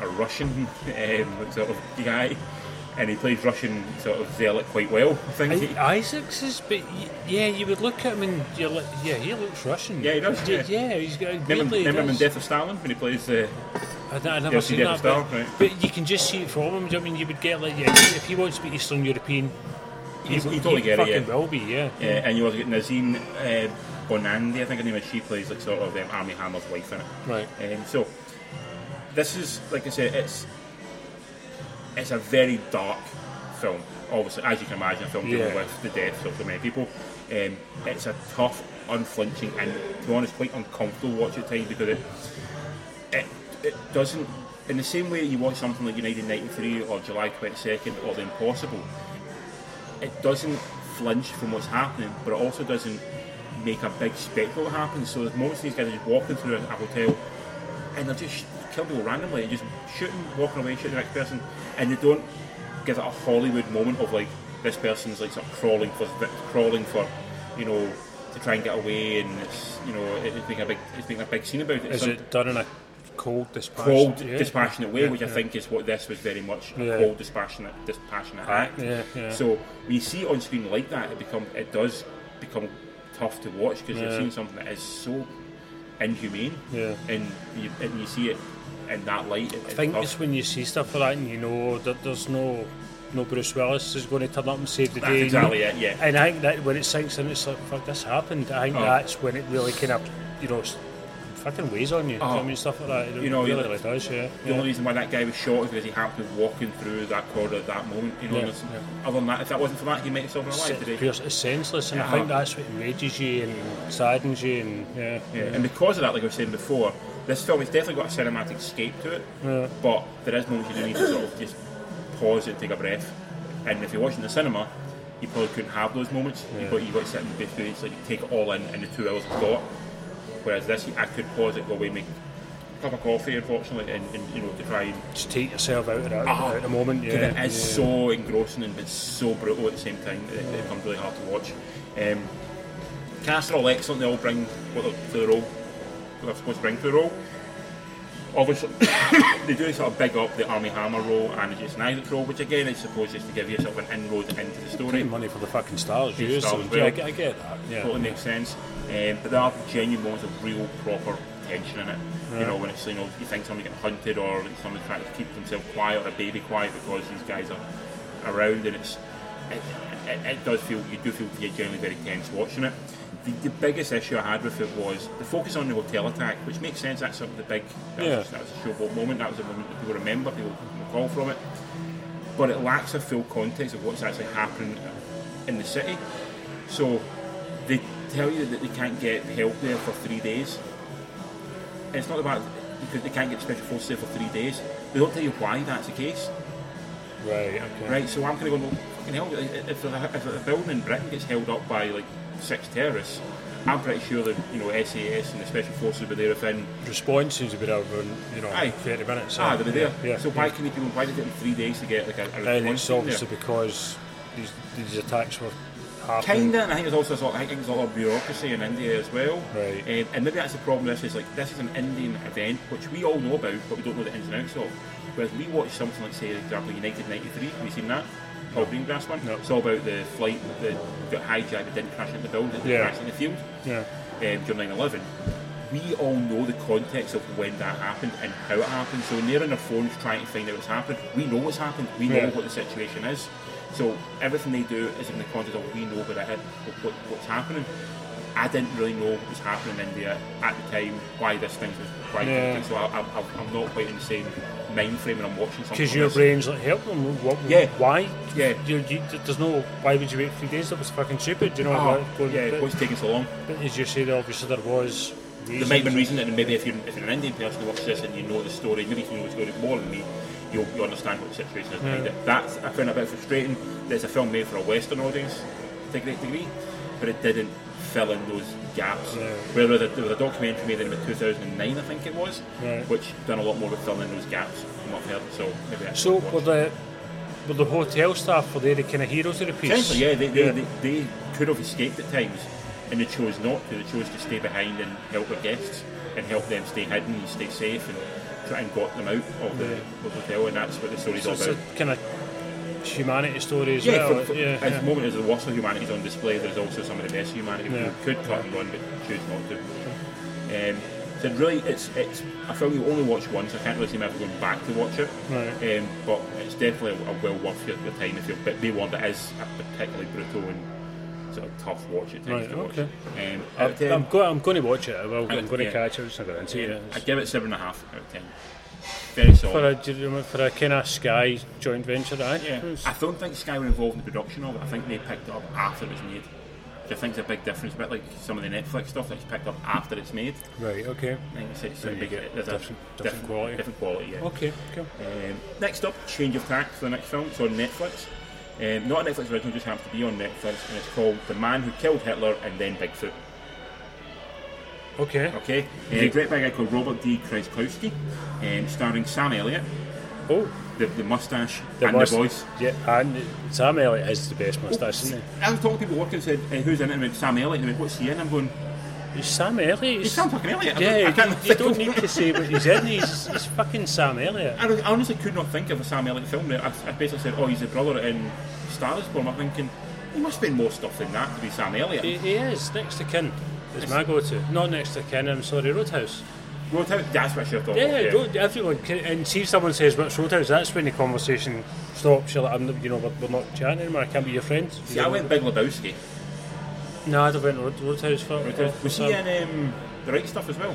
B: a Russian um, sort of guy, and he plays Russian sort of zealot quite well. I think.
C: I-
B: He-
C: Isaacs is, but y- yeah, you would look at him and you're like, yeah, he looks Russian.
B: Yeah, he does,
C: D-
B: yeah.
C: yeah, he's got.
B: Remember,
C: weirdly, he
B: remember him in
C: does.
B: Death of Stalin when he plays uh, the
C: I, I never
B: Yeah, see
C: seen
B: Death Star,
C: that. but,
B: right.
C: but you can just see it from him. do you know what I mean, you would get like, yeah, if he wants to be Eastern European,
B: He's- he totally get it,
C: fucking
B: yeah.
C: will be, yeah.
B: Uh, and you also get Nazine uh, Bonandi, I think her name is. She plays like sort of um, Army Hammer's wife in it.
C: Right.
B: Um, so this is, like I said, it's it's a very dark film. Obviously, as you can imagine, a film dealing
C: Yeah.
B: with the deaths of so many people. Um, it's a tough, unflinching, and to be honest, quite uncomfortable watch at times because it it, it doesn't. In the same way you watch something like United 93 or July 22nd or The Impossible, it doesn't flinch from what's happening, but it also doesn't make a big spectacle happen. So there's moments these guys are just walking through a hotel and they're just killing people randomly and just shooting, walking away, shooting the next person, and they don't give it a Hollywood moment of like this person's like sort of crawling for crawling for you know to try and get away, and it's you know it- it's making a big it's making a big scene about it. It's
C: Is
B: some-
C: it done in a cold, dispassionate?
B: cold,
C: yeah.
B: dispassionate way,
C: Yeah,
B: which I
C: yeah.
B: think is what this was very much a
C: Yeah.
B: cold, dispassionate, dispassionate act.
C: yeah, yeah.
B: So when you see it on screen like that, it become it does become tough to watch because you're
C: Yeah.
B: seeing something that is so inhumane,
C: Yeah.
B: and you, and you see it in that light. It,
C: I think it's when you see stuff like that and you know that there's no no Bruce Willis is going to turn up and save the
B: That's
C: day.
B: exactly
C: no-
B: it, yeah.
C: And I think that when it sinks in, it's like, fuck, this happened. I think
B: Oh.
C: that's when it really kind of, you know, s- fucking weighs on you. Do you know what I mean? Stuff like that. It
B: Oh. You know,
C: really,
B: you-
C: really does, yeah.
B: The only reason why that guy was shot is because he happened to be walking through that corridor at that moment. You know,
C: Yeah,
B: there's- other than that, if that wasn't for that, he might have saved my life
C: It's,
B: today.
C: pure- it's senseless, and I
B: Yeah.
C: think that's what enrages you and saddens you, and yeah.
B: Yeah, and because of that, like I was saying before, this film has definitely got a cinematic scape to it, but there is moments you do need to sort of just pause it, take a breath. And if you're watching the cinema, you probably couldn't have those moments. You've, got, you've got to sit and basically it's like you take it all in in the two hours it's got. Whereas this, I could pause it, go away, make a cup of coffee, unfortunately, and, and you know, to try and.
C: Just take yourself out of that
B: Ah,
C: at the moment. Yeah,
B: 'cause it is
C: yeah.
B: so engrossing and it's so brutal at the same time that it becomes really hard to watch. Um, cast are all excellent, they all bring what they're, to the role, what they're supposed to bring to the role. Obviously, they do sort of big up the Army Hammer role and the Jason Isaacs role, which again is supposed just to give you sort of an inroad into the story.
C: Paying money for the fucking stars, you
B: stars
C: so
B: as
C: yeah, I,
B: well.
C: get- I get that. Yeah.
B: totally makes sense. Um, but there are genuine moments of real proper tension in it. You know, when it's you know you think someone getting hunted or like someone trying to keep themselves quiet or a baby quiet because these guys are around, and it's it, it, it does feel you do feel you're generally very tense watching it. The, the biggest issue I had with it was the focus on the hotel attack, which makes sense. That's sort of the big that
C: Yeah.
B: was, that was a showboat moment. That was a moment that people remember, people recall from it but it lacks a full context of what's actually happening in the city. So they tell you that they can't get help there for three days. And it's not about because they can't get special forces there for three days. They don't tell you why that's the case,
C: Right, okay.
B: right? So I'm kind of going, well, fucking hell, if a, if a building in Britain gets held up by like six terrorists, I'm pretty sure that you know SAS and the special forces were there within.
C: Response seems to be over in you know
B: Aye.
C: 30 minutes.
B: Ah, they were there.
C: Yeah.
B: so why can we do? Why did it take them three days to get like a, a response?
C: And it's
B: team there?
C: obviously because these, these attacks were happening.
B: Kinda, and I think there's also a sort of, I think there's a lot of bureaucracy in India as well.
C: Right.
B: Um, and maybe that's the problem. This is like this is an Indian event which we all know about, but we don't know the ins and outs of. Whereas we watch something like, say, for example, United '93. Have you seen that? Paul Greengrass one.
C: No.
B: It's all about the flight that got hijacked and didn't crash into the building, it
C: Yeah.
B: crashed in the field
C: Yeah.
B: um, during 9/11. We all know the context of when that happened and how it happened. So when they're on their phones trying to find out what's happened, we know what's happened. We know
C: Yeah.
B: what the situation is. So everything they do is in the context of we know what, it, is, what what's happening. I didn't really know what was happening in India at the time. Why this thing was why it
C: Yeah.
B: happened. So I, I'm- I'm, I'm not quite in the same mind frame when I'm watching something.
C: Because
B: like
C: your
B: this.
C: brain's like, help them. What,
B: Yeah.
C: Why?
B: Yeah.
C: You, you, there's no. Why would you wait three days? That was fucking stupid. Do you know
B: Oh,
C: what? Going-
B: yeah,
C: but-
B: what's taking so long?
C: but As you said, obviously there was.
B: There might be a reason that maybe if you're, if you're an Indian person who watches this and you know the story, maybe if you know what's going on more than me, you'll, you understand what the situation is
C: Hmm.
B: behind it. That's, I found it a bit frustrating that it's a film made for a Western audience to a great degree, but it didn't fill in those gaps.
C: No.
B: Where there was, a, there was a documentary made in about 2009, I think it was,
C: Right.
B: which done a lot more with filling in those gaps from what I've heard. So maybe that's
C: So
B: what-
C: were the were the hotel staff were they the kind of heroes of the piece?
B: Essentially, yeah, they, they, They, they could have escaped at times, and they chose not to. They chose to stay behind and help their guests and help them stay hidden and stay safe and try and got them out of the, the hotel, and that's what the story's
C: So
B: all
C: it's
B: about.
C: a kind of humanity story as
B: yeah,
C: well.
B: for, for,
C: yeah,
B: at
C: yeah.
B: the moment, there's the worst of humanity's on display. There's also some of the best humanity
C: Yeah.
B: who could cut and run but choose not to. Um, so really, it's it's a film you only watch once. I can't really see myself going back to watch it.
C: Right.
B: Um, but it's definitely a, well worth your, your time if you're. But be warned, it is a particularly brutal and sort of tough watch at times
C: Right,
B: to watch.
C: okay. Uh,
B: Um, out of
C: I'm,
B: 10,
C: I'm, go, I'm going to watch it. I will, I'm going to
B: Yeah.
C: catch it. I'm just not going to it.
B: I give it seven and a half out of ten. Very solid.
C: For a do you know, for a kind of Sky joint venture, right?
B: Yeah, I don't think Sky were involved in the production of it. I think they picked it up after it was made. Which I think is a big difference, a bit like some of the Netflix stuff that's picked up after it's made.
C: Right. Okay.
B: I think it's, it's a
C: Then you
B: big,
C: get
B: there's a
C: different- different quality.
B: Different quality, yeah.
C: Okay. Cool.
B: Um, next up, Change of Tack for the next film. It's on Netflix. Um, not a Netflix original, just happens to be on Netflix, and it's called The Man Who Killed Hitler and Then Bigfoot.
C: Okay.
B: Okay? Uh, great big guy called Robert D. Kreskowski, um, starring Sam Elliott,
C: Oh,
B: the, the mustache and
C: must-
B: the voice.
C: Yeah, and Sam Elliott is the best mustache, isn't
B: I was talking to people working and said, uh, who's in it? And I went, Sam Elliott. And they went, what's he in? I'm going,
C: he? He's Sam Elliott.
B: he's Sam fucking Elliott. I don't-
C: Yeah,
B: I can't
C: you, you
B: think
C: don't
B: of-
C: need to say what he's in. He's, he's fucking Sam Elliott.
B: I, was- I honestly could not think of a Sam Elliott film. I, I basically said, oh, he's a brother in Star Is Born. I'm thinking, he must have been more stuff than that to be Sam Elliott.
C: He, he is next to kin. Is my go-to. Not next to kin. I'm sorry, Roadhouse.
B: Well, that- that's what I should have thought.
C: Yeah,
B: yeah.
C: Road, everyone. Can, and see if someone says what's Roadhouse. That's when the conversation stops. You're like, I'm, not- you know, we're, we're not chatting anymore. I can't be your friend.
B: See, I went Big Lebowski.
C: No, I'd have went Road, Roadhouse for. for
B: Was
C: Sam.
B: he in um, the right stuff as well?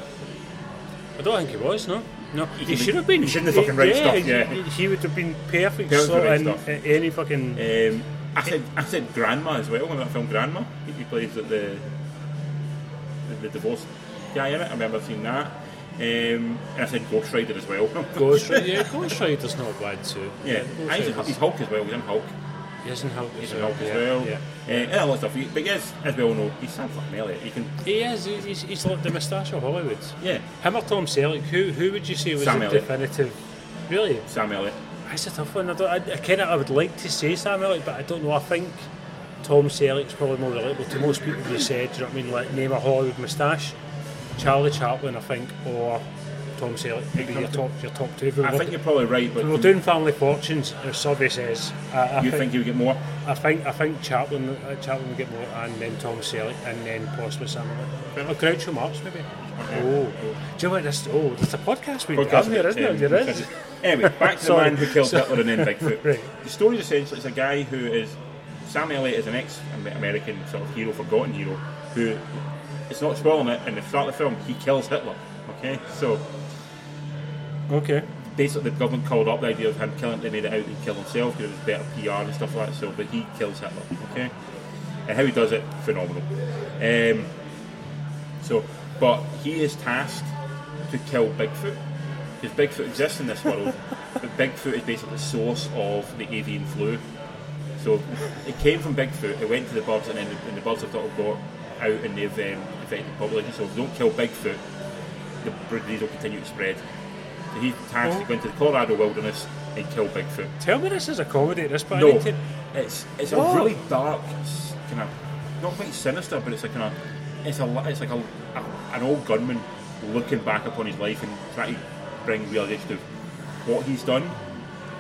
C: I don't think he was. No. No, he,
B: didn't-
C: should have been.
B: he shouldn't have fucking wrote stuff,
C: he-
B: yeah.
C: he, he would have been perfect.
B: Perfect
C: slot
B: wrote
C: in
B: stuff.
C: a- any fucking.
B: Um, I said I said Grandma as well. Remember that film Grandma? He- He plays the the, the divorce guy in it. I remember seeing that. Um, and I said Ghost Rider as well.
C: Ghost Rider, yeah, Ghost Rider's not bad too.
B: yeah,
C: Ghost
B: I used to,
C: Rider's-
B: he's Hulk as well. He's in Hulk.
C: He hasn't helped
B: He's
C: as
B: in
C: well.
B: Hulk as
C: yeah,
B: well.
C: yeah.
B: Uh, and a lot of stuff. He- But yes, as we all know, he's Sam fucking Elliott. He can
C: He is. he- He's, he's like the moustache of Hollywood.
B: yeah,
C: Him or Tom Selleck? Who who would you say was
B: Sam
C: the
B: Elliott.
C: definitive? Really,
B: Sam Elliott.
C: that's a tough one. I, don't, I, I kind of I would like to say Sam Elliott, but I don't know. I think Tom Selleck's probably more relatable to most people. You said, do you know what I mean? Like name a Hollywood moustache, Charlie Chaplin, I think, or Tom Selleck. Maybe your top your top two. If we
B: I
C: were-
B: think you're probably right, but
C: if we we're doing Family Fortunes. If survey says, I, I
B: you think you'll get more?
C: I think I think Chaplin uh, Chaplin will get more, and then Tom Selleck, and then possibly Sam Elliott. Or Groucho Marx maybe. Oh, do you know what this? Oh, there's a podcast we
B: podcast
C: have here,
B: about
C: isn't it?
B: them.
C: There is.
B: Anyway, back to the
C: Sorry.
B: man who killed
C: Sorry.
B: Hitler and then Bigfoot.
C: Right.
B: The story is essentially it's a guy who is Sam Elliott is an ex-American sort of hero, forgotten hero, who it's not spoiling it. In the start of the film, he kills Hitler. Okay, so
C: Okay.
B: basically the government called up the idea of him killing. They made it out he killed himself because it was better PR and stuff like that. So, but he kills Hitler. Okay, and how he does it, phenomenal. Um, so, but he is tasked to kill Bigfoot because Bigfoot exists in this world. but Bigfoot is basically the source of the avian flu. So it came from Bigfoot. It went to the birds, and then the, and the birds have sort of got out and they've um, affected the population. So if they don't kill Bigfoot, the bird disease will continue to spread. So he's tasked to go into the Colorado wilderness and kill Bigfoot.
C: Tell me this is a comedy at this point. I
B: No,
C: need to-
B: it's it's
C: Oh.
B: a really dark, s- kind of not quite sinister, but it's like kind of it's a li- it's like a, a- an old gunman looking back upon his life and trying to bring realization of what he's done.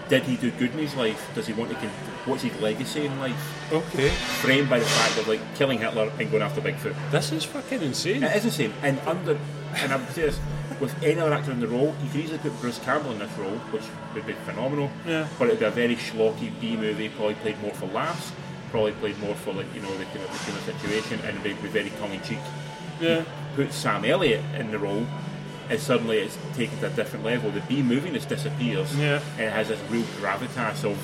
B: Did he do good in his life? Does he want to? Con- what's his legacy in life?
C: Okay.
B: Framed by the fact of like killing Hitler and going after Bigfoot.
C: This is fucking insane.
B: It is the same. And under, and I'm serious, with any other actor in the role, you could easily put Bruce Campbell in this role, which would be phenomenal.
C: Yeah.
B: But it'd be a very schlocky B movie, probably played more for laughs, probably played more for like you know the kind of, the kind of situation, and it'd be very tongue in cheek.
C: Yeah.
B: Put Sam Elliott in the role. And suddenly it's taken to a different level. The B moviness disappears,
C: Yeah.
B: and it has this real gravitas of,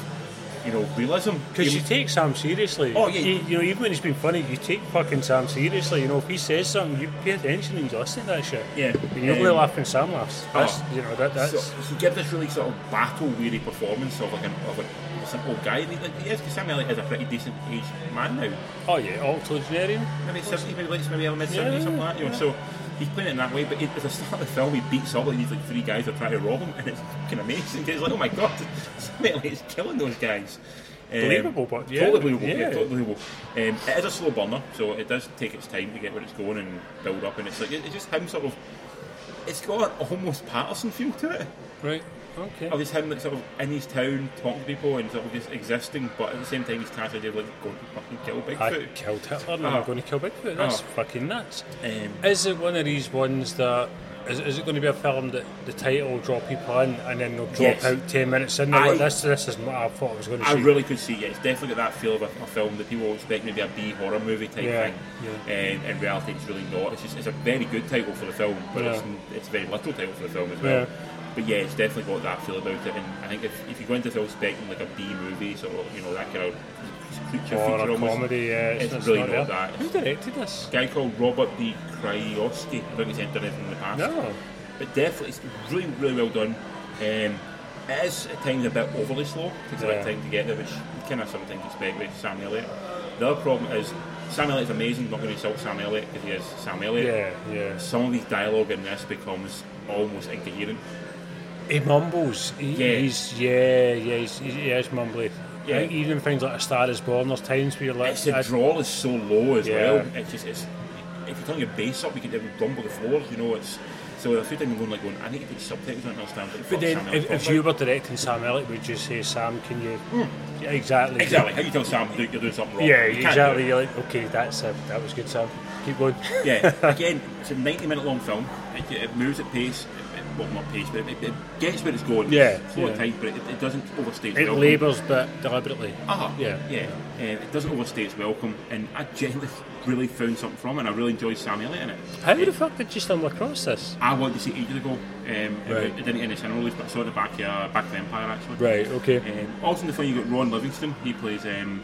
B: you know, realism.
C: Because you take Sam seriously.
B: Oh, yeah.
C: You, you know, even when he's been funny, you take fucking Sam seriously. You know, if he says something, you pay attention and you listen to that shit.
B: Yeah.
C: And you only
B: Um,
C: laugh when Sam laughs. That's, you know, that, that's...
B: So he gives this really sort of battle weary performance of like an of a, of an old guy. And he, like, yes, because Sam Elliott is a pretty decent aged man now,
C: oh, yeah, octogenarian.
B: maybe seventy, maybe late, maybe early mid seventies,
C: Yeah,
B: something like that. You know, so he's playing it in that way. But it, at the start of the film, he beats up like these like three guys are trying to rob him, and it's fucking amazing. He's like, oh my god, Sam Elliott's killing those guys. Um,
C: Believable, but yeah,
B: totally believable.
C: yeah.
B: Yeah, totally believable. Um, it is a slow burner, so it does take its time to get where it's going and build up. And it's like it- it's just him sort of. It's got an almost Patterson feel to it.
C: Right. Okay.
B: of just him like sort of in his town talking to people and sort of just existing, but at the same time he's trying to do like go and fucking kill
C: I
B: Bigfoot.
C: killed Hitler and
B: Ah.
C: I'm going to kill Bigfoot. That's
B: Ah.
C: fucking nuts.
B: Um,
C: Is it one of these ones that... Is, is it going to be a film that the title will draw people in and then they'll drop
B: Yes.
C: out 10 minutes in? They're like,
B: I-
C: this, this isn't what I thought I was going to
B: I
C: see.
B: really could see yeah, it's definitely got that feel of a, a film that people were expecting to be a B horror movie type
C: Yeah,
B: thing,
C: yeah.
B: and in reality it's really not. It's just it's a very good title for the film, but it's,
C: Yeah.
B: n- it's a very little title for the film as well.
C: Yeah.
B: But yeah, it's definitely got that feel about it, and I think if, if you go into the film expecting like a B movie, sort of you know that kind of creature
C: or
B: feature
C: a
B: almost,
C: comedy, yeah.
B: it's, really not,
C: there.
B: that.
C: Who directed this?
B: a guy called Robert B. Krajowski. I think he's entered anything in the past.
C: No.
B: But definitely, it's really, really well done. Um, it is at times a bit overly slow. takes a bit of
C: Yeah.
B: time to get there, which you kind of sometimes expect with Sam Elliott. The other problem is Sam Elliott's amazing. I'm not going to insult Sam Elliott because he is Sam Elliott.
C: Yeah, yeah.
B: Some of the dialogue in this becomes almost incoherent.
C: He mumbles. He,
B: Yeah.
C: He's yeah, yeah. He's, he's, he is mumbly.
B: Yeah.
C: Yeah. even things like A Star Is Born. There's times where you're like,
B: It's the
C: I-
B: drawl is so low as
C: Yeah.
B: well. It's just it's if you're turn your bass up, you can it would rumble the floor. You know, it's so a few times I'm going like going. I need to put subtitles on. I understand. what the
C: but
B: fuck Sam
C: then,
B: Elliott's
C: if, if
B: talking
C: you
B: about.
C: were directing Sam Elliott, would you say, Sam, can you Yeah, exactly
B: Hmm. exactly how you tell Sam "Dude, you're doing something wrong.
C: Yeah,
B: You can't do it.
C: exactly. You're like, okay, that's it. That was good, Sam. Keep going.
B: yeah, again, it's a 90 minute long film. It, it moves at pace. It, it, well, not pace, but it, it gets where it's going.
C: Yeah,
B: It's slow and
C: yeah.
B: tight, but it, it doesn't overstay its
C: It
B: welcome.
C: labours, but deliberately.
B: Ah,
C: Yeah.
B: yeah. Uh, it doesn't overstay its welcome, and I genuinely really found something from it, and I really enjoyed Sam Elliott in it.
C: How
B: it,
C: the fuck did you stumble across this?
B: I wanted to see it ages ago. Um, it-
C: Right.
B: It didn't end in cinema release, but I saw it in the back, uh, back of Empire, actually.
C: Right. Okay.
B: Um, also in the film, you got Ron Livingston. He plays um,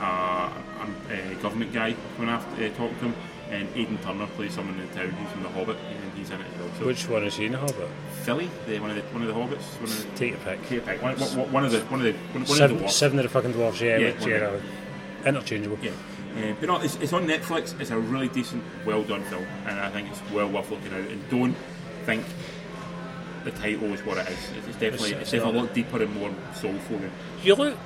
B: uh, um, a government guy when I have to uh, talk to him. And Aidan Turner plays someone in the town. He's from The Hobbit, and he's in it as well. So
C: Which one is he in the Hobbit?
B: Philly, the, one of the one of the hobbits, one of the
C: Take your pick.
B: Take a pick, one, one, one of the one of the one, one of the
C: Seven,
B: dwarfs.
C: seven of the fucking dwarves. Yeah.
B: Yeah,
C: which-
B: one
C: yeah,
B: of
C: no. Interchangeable.
B: Yeah, uh, but no, it's, it's on Netflix. It's a really decent, well done film, and I think it's well worth looking out. And don't think the title is what it is. It's, it's definitely it's,
C: It's- it's
B: definitely a lot deeper and more soulful. Than,
C: You look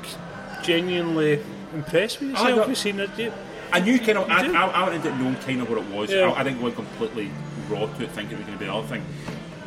C: genuinely impressed with
B: I
C: yourself.
B: got-
C: You've seen it. do you?
B: I knew kind of. I,
C: You do.
B: I, I went into it knowing kind of what it was.
C: Yeah.
B: I, I didn't go in completely raw to it, thinking it was going to be the other thing.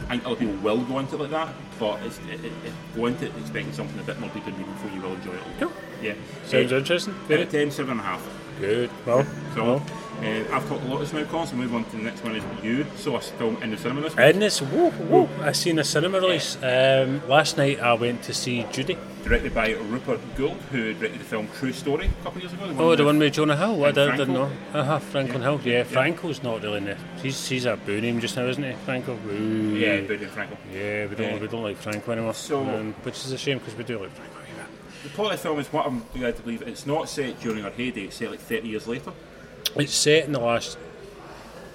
B: I think other people will go into it like that, but it's, it, it, it, go into it expecting something a bit more deep and meaningful. You will enjoy it.
C: Cool.
B: Yeah.
C: Sounds
B: Uh,
C: interesting.
B: Out
C: Very
B: of 10, seven and a half.
C: good. Well,
B: So, uh, I've talked a lot of Smile Cons, and move on to the next one is you. So, I film in the cinema this week,
C: and this, whoa, whoa, I seen a cinema release. Um, last night I went to see Judy.
B: directed by Rupert Gould, who directed the film True Story a couple of years ago.
C: Oh, the
B: with-
C: one with Jonah Hill. I
B: And
C: did- didn't
B: Franco.
C: know. Uh-huh, Franklin Hill. Yeah, Franco's not really in there. He's, he's a boo name just now, isn't he? Franco. Boo.
B: Yeah, Brendan Frankel.
C: Yeah, we don't,
B: Yeah.
C: we don't like Franco anymore.
B: So-
C: which is a shame because we do like Franco. yeah.
B: The plot of the film is what I'm glad to believe it's not set during our heyday, it's set like 30 years later.
C: It's set in the last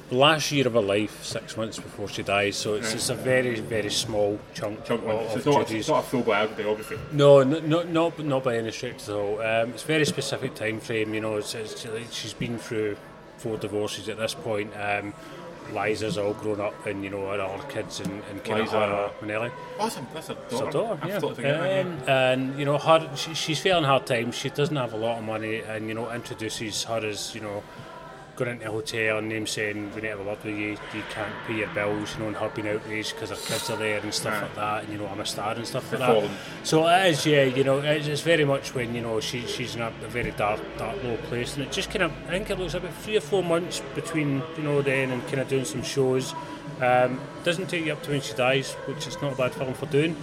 C: the last year of her life, six months before she dies. So it's, it's a very, very small chunk,
B: Chunk one.
C: of,
B: So
C: of
B: it's, not,
C: Judy's-
B: it's not a full biography.
C: No, no, no, not, not by any stretch at all. Um, it's a very specific time frame, you know. It's, it's, like she's been through four divorces at this point. Um, Liza's all grown up and, you know, had all her kids and, and
B: Liza.
C: Kenneth Manelli.
B: Awesome. That's a
C: It's
B: daughter.
C: her daughter,
B: I
C: yeah.
B: thought to get that, yeah.
C: Um, and you know, her she, she's failing hard times. She doesn't have a lot of money, and you know, introduces her as you know, going into a hotel and them saying we need to have a word with you. You can't pay your bills, you know, and her being outraged because her kids are there and stuff
B: Aye.
C: like that. And you know, I'm a star and stuff like
B: The
C: that.
B: fallen.
C: So it is, yeah. You know, it's, it's very much when you know she, she's in a, a very dark, dark low place, and it just kind of I think it looks about three or four months between you know then and kind of doing some shows. Um, doesn't take you up to when she dies, which is not a bad film for doing.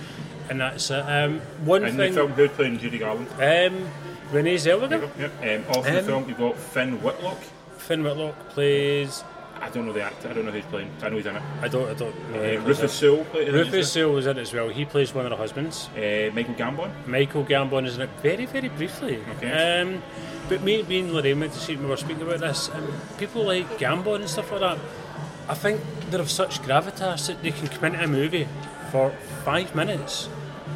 C: And that's it. Um, one
B: And the
C: thing.
B: film, who's playing Judy Garland?
C: Um, Renee Zellweger,
B: Yep. Um, also in the
C: Um,
B: film, you've got Finn Whitlock.
C: Finn Whitlock plays.
B: I don't know the actor. I don't know who's playing. I know he's in it.
C: I don't. I don't know.
B: Uh,
C: who
B: Rufus
C: plays
B: Sewell played
C: it. Rufus Sewell was in it as well. He plays one of the husbands.
B: Uh, Michael Gambon.
C: Michael Gambon is in it very, very briefly.
B: Okay.
C: Um, but me, me and Lorraine went to see, we were speaking about this, and people like Gambon and stuff like that, I think they're of such gravitas that they can come into a movie for five minutes,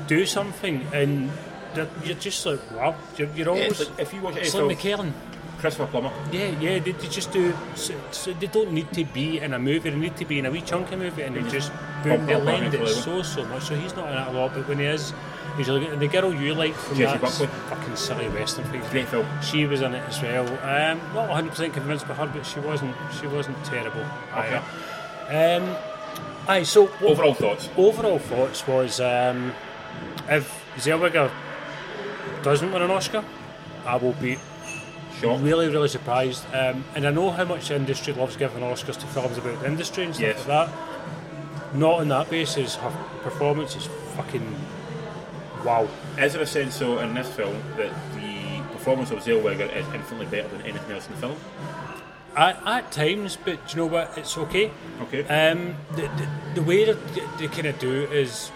C: do something, and they're- you're just like, wow, you're, you're
B: Yeah,
C: always.
B: it's like if you watch any
C: Slim
B: film,
C: McKellen.
B: Christopher Plummer.
C: Yeah, yeah, they, they just do. So, so they don't need to be in a movie. They need to be in a wee chunky movie, and they just boom,
B: Bump
C: they
B: up
C: lend
B: on
C: it
B: it
C: so so much. So he's not in it a lot, but when he is, he's really good. And the girl you like from
B: Jessie
C: that
B: Buckley.
C: fucking silly western thing.
B: Great film.
C: She was in it as well. Um, not 100 percent convinced by her, but she wasn't. She wasn't terrible.
B: Okay.
C: Either. Um, aye. So what-
B: Overall thoughts.
C: overall thoughts was um, if Zellweger doesn't win an Oscar, I will be
B: Shock.
C: really, really surprised. Um, and I know how much the industry loves giving Oscars to films about the industry and stuff
B: Yes.
C: like that. Not on that basis. Her performance is fucking wow.
B: Is there a sense, though, in this film that the performance of Zellweger is infinitely better than anything else in the film?
C: At, at times, but do you know what? It's okay.
B: Okay.
C: Um, the, the, the way that they, they kind of do it is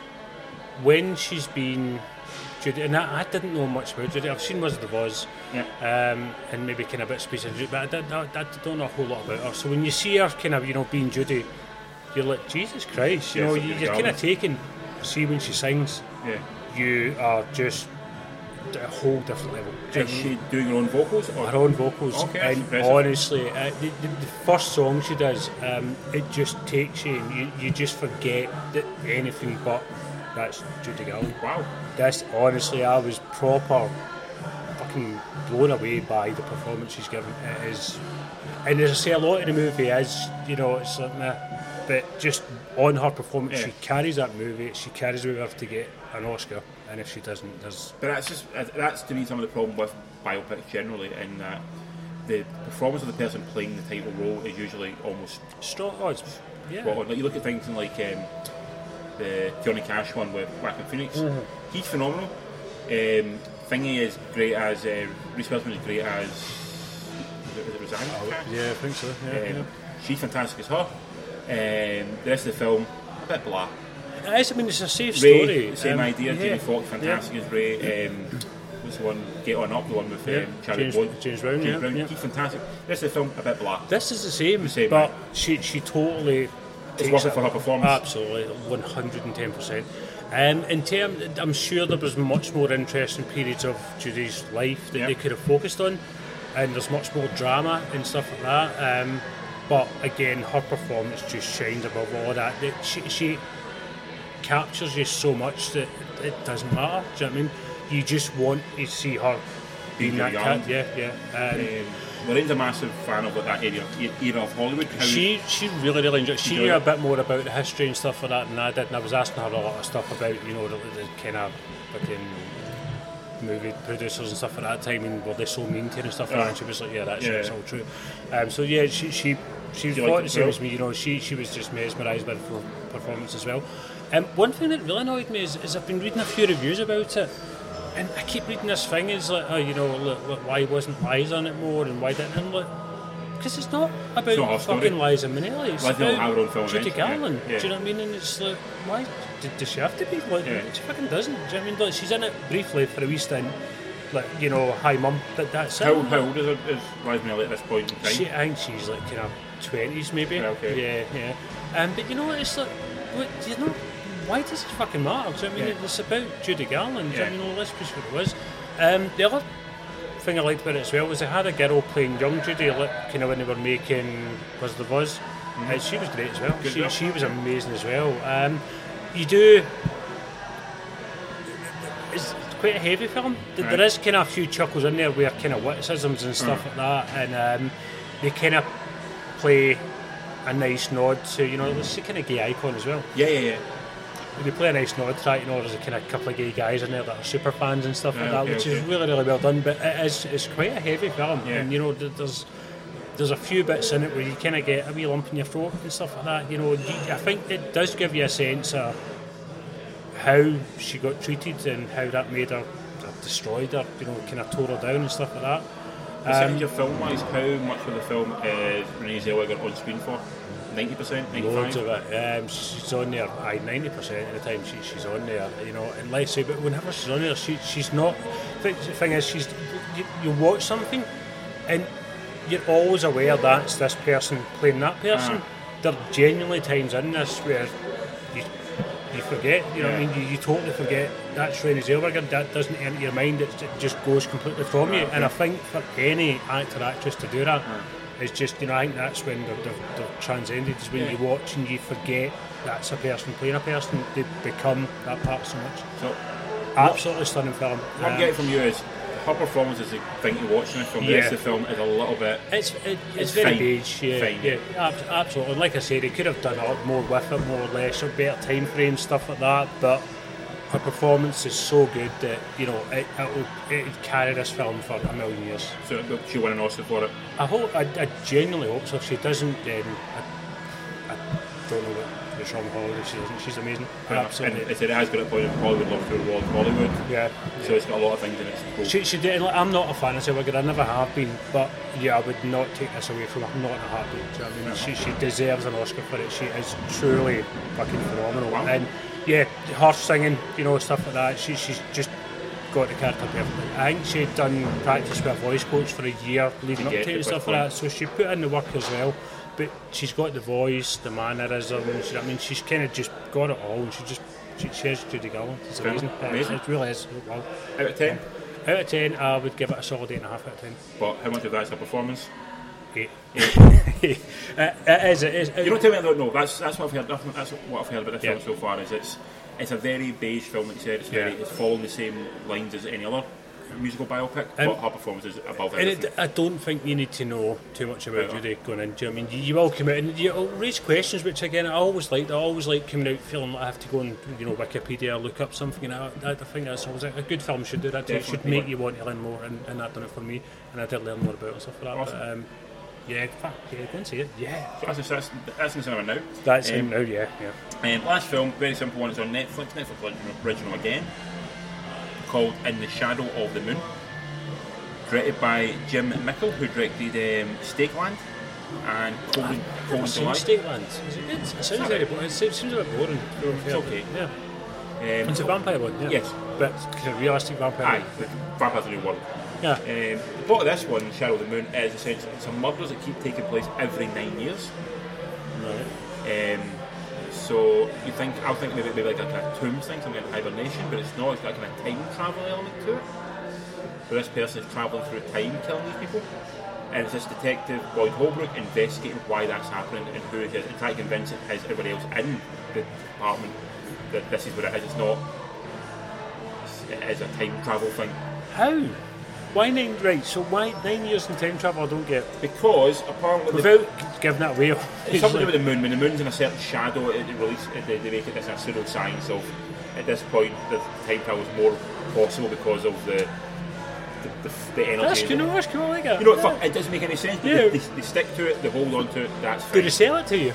C: when she's been Judy, and I, I didn't know much about Judy. I've seen Wizard of Oz,
B: Yeah.
C: um, and maybe kind of a bit of Space Invaders, but I, did, I, I don't know a whole lot about her. So when you see her kind of, you know, being Judy, you're like, Jesus Christ, you
B: Yes,
C: know,
B: it's
C: you,
B: a
C: you're kind of
B: drama.
C: taken. See when she sings,
B: yeah.
C: you are just at a whole different level. Do you
B: Is
C: know what I
B: she doing her own vocals? Or
C: her own vocals.
B: Okay, that's
C: and
B: impressive.
C: honestly, uh, the, the, the first song she does, um, it just takes you, and you, you just forget that anything but that's Judy Garland.
B: Wow.
C: That's honestly, I was proper fucking blown away by the performance she's given. It is, and as I say, a lot in the movie is, you know, it's like meh, but just on her performance,
B: Yeah.
C: she carries that movie. She carries with her to get an Oscar, and if she doesn't, there's
B: But that's just that- that's to me some of the problem with biopics generally, in that the performance of the person playing the title role is usually almost
C: straw odds. Yeah.
B: spot on. Like you look at things in like um, the Johnny Cash one with Joaquin Phoenix.
C: Mm-hmm.
B: He's phenomenal. Um, Thingy is great as uh, Reese Witherspoon is great as is it- is it Rosanna Cash?
C: Oh, Yeah, I think so. Yeah, yeah.
B: Um, she's fantastic as her. Um, the rest of the film a bit blah.
C: It is, I mean, it's a safe
B: Ray,
C: story.
B: same
C: Um,
B: idea.
C: yeah,
B: Jamie Foxx, fantastic as Ray. Um, what's the one? Get on up, the one with um,
C: Yeah,
B: Charlie
C: James-
B: Brown.
C: James Brown, yeah, yeah.
B: He's fantastic. This is the film a bit blah.
C: This is the same,
B: same,
C: but she she totally takes
B: worth it for her performance.
C: Absolutely, one hundred and ten percent. Um, in term, I'm sure there was much more interesting periods of Judy's life that
B: Yeah.
C: they could have focused on, and there's much more drama and stuff like that. Um, but again, her performance just shines above all that. That she, she captures you so much that it doesn't matter. Do you know what I mean? You just want to see her being
B: Judy
C: that
B: Garland.
C: cat. Yeah, yeah. Um,
B: Um, Lorraine's a massive fan of like, that area, era of Hollywood. How
C: She she really really enjoyed. She
B: enjoyed
C: knew a
B: it.
C: bit more about the history and stuff like that than I did, and I was asking her a lot of stuff about you know the, the kind of fucking movie producers and stuff at that time, and were they so mean to her and stuff like that. And she was like, yeah, that's
B: Yeah.
C: it's all true. Um, so yeah, she she she,
B: She liked
C: thought
B: it
C: the
B: as
C: same
B: well.
C: as me. You know, she she was just mesmerised by the per- performance as well. Um, one thing that really annoyed me is, is I've been reading a few reviews about it. And I keep reading this thing is like, oh, you know, look, look, why wasn't Liza on it more, and why didn't? And look, because it's not about
B: not her story.
C: fucking Liza Minnelli. It's
B: Liza will
C: about
B: have her own film
C: Judy
B: eventually, yeah.
C: Garland.
B: Yeah.
C: Do you know what I mean? And it's like, why d- does she have to be? Like,
B: Yeah.
C: she fucking doesn't. Do you know what I mean? Like, she's in it briefly for a wee stint. Like, you know, hi mum, but that's
B: how,
C: it.
B: how old is, is Liza Minnelli at this point in time?
C: She, I think she's like kind of twenties maybe.
B: Yeah, okay.
C: Yeah, yeah. Um, but you know what? It's like, what, you know, why does it fucking matter? Do you know what I mean?
B: Yeah.
C: It's about Judy Garland. Do you know
B: Yeah.
C: what I mean? Well, let's push what it was. Um, the other thing I liked about it as well was they had a girl playing young Judy, like, kind of when they were making Wizard of Oz. And she was great as well.
B: Mm-hmm. Good
C: She,
B: girl.
C: she was amazing as well. Um, you do. It's quite a heavy film. Th- There
B: Right.
C: is kind of a few chuckles in there where kind of witticisms and stuff like that, and um, they kind of play a nice nod to, you know, it's a kind of gay icon as well.
B: Yeah, yeah, yeah.
C: They play a nice nod to that, you know, there's a kind of couple of gay guys in there that are super fans and stuff like
B: Yeah,
C: that,
B: okay,
C: which is
B: okay.
C: really, really well done. But it is it's quite a heavy film,
B: Yeah.
C: and you know, th- there's there's a few bits in it where you kind of get a wee lump in your throat and stuff like that. You know, you- I think it does give you a sense of how she got treated and how that made her or destroyed her, you know, kind of tore her down and stuff like that. Um,
B: Percentage of film wise, how much of the film is Renee Zellweger on screen for? 90%? 95
C: Loads of it. Um, she's on there. Aye, ninety percent of the time she, she's on there. You know, and like I say, but whenever she's on there, she, she's not. The thing is, she's you, you watch something, and you're always aware that's this person playing that person.
B: Ah.
C: There are genuinely times in this where you you forget. You know,
B: Yeah.
C: what I mean, you, you totally forget that's Renée Zellweger. That doesn't enter your mind. It's, it just goes completely from you.
B: Right,
C: And I
B: okay.
C: think for any actor actress to do that, it's just you know I think that's when they're, they're, they're transcended. Is when
B: Yeah.
C: you watch and you forget that's a person playing a person. They become that part so much.
B: So,
C: Absolutely stunning film.
B: what I'm
C: Um,
B: getting from you is her performance is the thing to watch in this film. The
C: Yeah.
B: rest of the film is a little bit.
C: It's it, it's
B: It's
C: very
B: fine.
C: beige, yeah,
B: Fine.
C: yeah, ab- absolutely. Like I said, they could have done a lot more with it, more or less, or better time frame stuff like that. But her performance is so good that you know it it'll, it'll carry this film for a million years.
B: So she won an Oscar for it.
C: I hope I, I genuinely hope so. If she doesn't, then I, I don't know what what's wrong with Hollywood. If she doesn't, she's amazing. Absolutely,
B: And it said it has got a point of Hollywood love to world Hollywood.
C: yeah.
B: So it's got a lot of things in its
C: She, she did. Like, I'm not a fan of Zellweger. I never have been. But yeah, I would not take this away from her. Not in a heartbeat. Do you know what I mean? She, she deserves an Oscar for it. She is truly fucking phenomenal.
B: Wow.
C: And yeah, her singing, you know, stuff like that. She, she's just got the character perfectly. I think she'd done practice with a voice coach for a year leading up to
B: get
C: it
B: the
C: and stuff like
B: performance.
C: that. So she put in the work as well. But she's got the voice, the mannerisms. you know what I mean, she's kind of just got it all. And she just she, she is Judy Garland. It's amazing.
B: Amazing.
C: It really is. Wow.
B: Out of 10.
C: Out of 10, I would give it a solid 8.5 out of 10.
B: But how much of that's her performance?
C: 8. Eight. uh, it is, it is.
B: You don't tell me I don't know. That's that's what I've heard. That's what- That's what I've heard about the film
C: Yeah.
B: so far. Is it's it's a very beige film. Like you said, it's very
C: Yeah.
B: it's following the same lines as any other musical biopic. but her performance is above
C: and
B: everything.
C: it, I don't think you need to know too much about
B: Yeah.
C: Judy going into. it. I mean, you, you will come out and you'll raise questions, which again I always like. I always like coming out feeling like I have to go on, you know, Wikipedia or look up something. And I, I, I think that's always a good film should do that. It should
B: Definitely.
C: make you want to learn more, and, and that done it for me. And I did learn more about it and stuff like that. But,
B: Awesome.
C: um, yeah, fuck yeah, go and see it. Yeah,
B: So that's, that's, that's in the cinema now.
C: that's
B: Um,
C: him now. Yeah, yeah.
B: Um, last film, very simple one, is on Netflix, Netflix original- original again, called In the Shadow of the Moon, directed by Jim Mickle, who directed um, Stakeland and Cold, and- Cold
C: I've
B: and
C: seen
B: July.
C: Stateland. Is it good? It sounds very boring. It seems seems a bit boring.
B: It's okay.
C: Yeah.
B: Um,
C: It's a vampire one, yeah.
B: Yes.
C: But it's kind of realistic vampire.
B: Aye, the Vampires of the New World.
C: Yeah.
B: Um, the plot of this one, Shadow of the Moon, is essentially it's a murders that keep taking place every nine years.
C: Right.
B: Um, so you think I would think maybe maybe like a kind of tomb thing, something like hibernation, but it's not. It's got a kind of time travel element to it. Where this person is traveling through time, killing these people, and it's this detective Boyd Holbrook investigating why that's happening and who it is, and trying to convince it is everybody else in the department that this is what it is. It's not. It is a time travel thing.
C: How? Why nine? Right, so why nine years in time travel I don't get.
B: Because apparently the-
C: Without giving that away.
B: It's something to do with the moon. When the moon's in a certain shadow, it, it release, it, they, they make it as a pseudoscience of, at this point, the time travel is more possible because of the the, the, the energy.
C: That's cool, that's cool, I like it.
B: You know, it, fuck- it doesn't make any sense, but
C: Yeah.
B: they, they, they stick to it, they hold on to it, that's
C: Do
B: fine.
C: they sell it to you?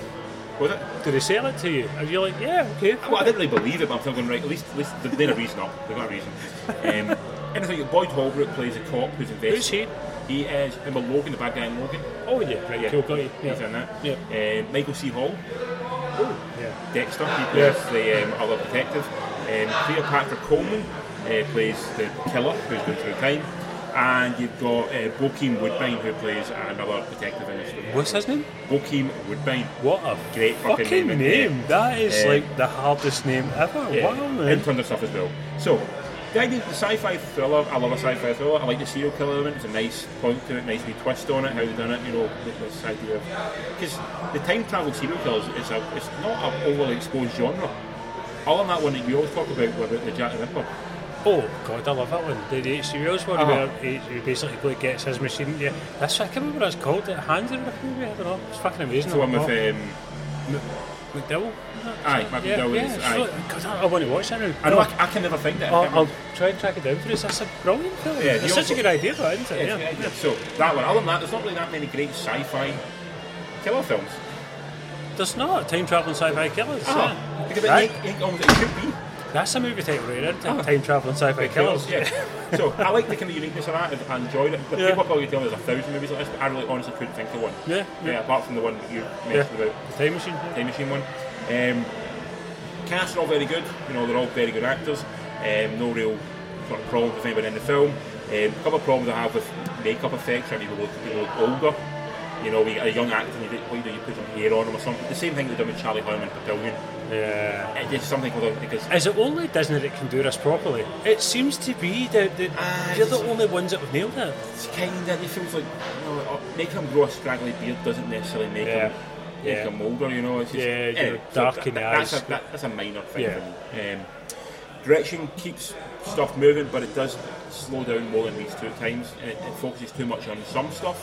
B: Was it?
C: Do they sell it to you? Are you like, yeah, okay.
B: Well, I didn't really believe it, but I'm still going, right, at least, at least they've made a reason up. They've got a reason. Um, and I think Boyd Holbrook plays a cop who's investigating.
C: Who's he?
B: He is, remember Logan, the bad guy in Logan?
C: Oh, yeah, right,
B: Yeah, Oh.
C: cool, got you.
B: he's in that.
C: Yeah.
B: Um, Michael C. Hall.
C: Yeah.
B: Dexter, he
C: Yeah.
B: plays the um, other detective. Um, Cleopatra Coleman uh, plays the killer who's going through time. And you've got uh, Bokeem Woodbine who plays another detective in this film.
C: What's his name?
B: Bokeem Woodbine.
C: What a
B: Great fucking name,
C: name.
B: yeah.
C: That is
B: Yeah.
C: like the hardest name ever.
B: Yeah,
C: Wow, man.
B: and tons of stuff as well. So, The idea the sci-fi thriller, I love a sci-fi thriller. I like the serial killer element. It's a nice point to it, nice wee twist on it. How they done it, you know, th- this idea of because the time travel serial killers, it's a, it's not an overly exposed genre. Other than that one that you always talk about, where about the Jack the Ripper.
C: Oh god, I love that one. The, the H.G. Wells one
B: Uh-huh.
C: where he, he basically gets his machine. Yeah, that's I can't remember what it's called. It hands in the movie. I don't know. It's fucking amazing.
B: The one with
C: Oh,
B: um,
C: McDowell.
B: aye, Matt
C: Yeah,
B: McDowell
C: yeah.
B: is-
C: it's
B: aye.
C: like- God, I, I want to watch that now.
B: I know
C: Oh,
B: I, I can never think that. I
C: I'll,
B: can't
C: I'll try and track it down for us. That's a brilliant film.
B: Yeah,
C: it's
B: you
C: such a
B: also-
C: good idea, that, isn't it?
B: Yeah,
C: Yeah.
B: yeah. So that one. Other than that, there's not really that many great sci-fi killer films.
C: There's not time traveling sci-fi killers.
B: Uh-huh.
C: yeah.
B: Because it,
C: Ah. Right?
B: it, it, almost- it should be
C: That's a movie title, right? Isn't it? Time traveling sci-fi killers.
B: Uh-huh. Yeah. so I like the kind of uniqueness of that. I enjoyed it. But
C: Yeah.
B: people probably tell me there's a thousand movies like this, but I really honestly couldn't think of one.
C: Yeah, yeah.
B: apart from the one that you
C: Yeah.
B: mentioned about
C: The time machine.
B: Time Machine one. Um, cast are all very good. You know, they're all very good actors. Um, no real sort of problems with anyone in the film. Um, a couple of problems I have with makeup effects. I mean, people look, people look older. You know, we get a young actor and you, do- what you do, you put some hair on them or something. The same thing they done with Charlie Hunnam and Papillion.
C: Yeah.
B: It, it's something called because
C: Is it only Disney that can do this properly? It seems to be that the,
B: Ah,
C: they're
B: it's-
C: the only ones that have nailed it.
B: it's kind of it feels like you know, uh, making him grow a straggly beard doesn't necessarily make
C: Yeah.
B: him make
C: Yeah.
B: him older. You know, it's just,
C: Yeah, you
B: anyway,
C: know,
B: so
C: darken
B: tha-
C: the
B: that's
C: eyes.
B: A, that, that's a minor thing.
C: Yeah.
B: For me. Um, direction keeps stuff moving, but it does slow down more than these two at times, and it, it focuses too much on some stuff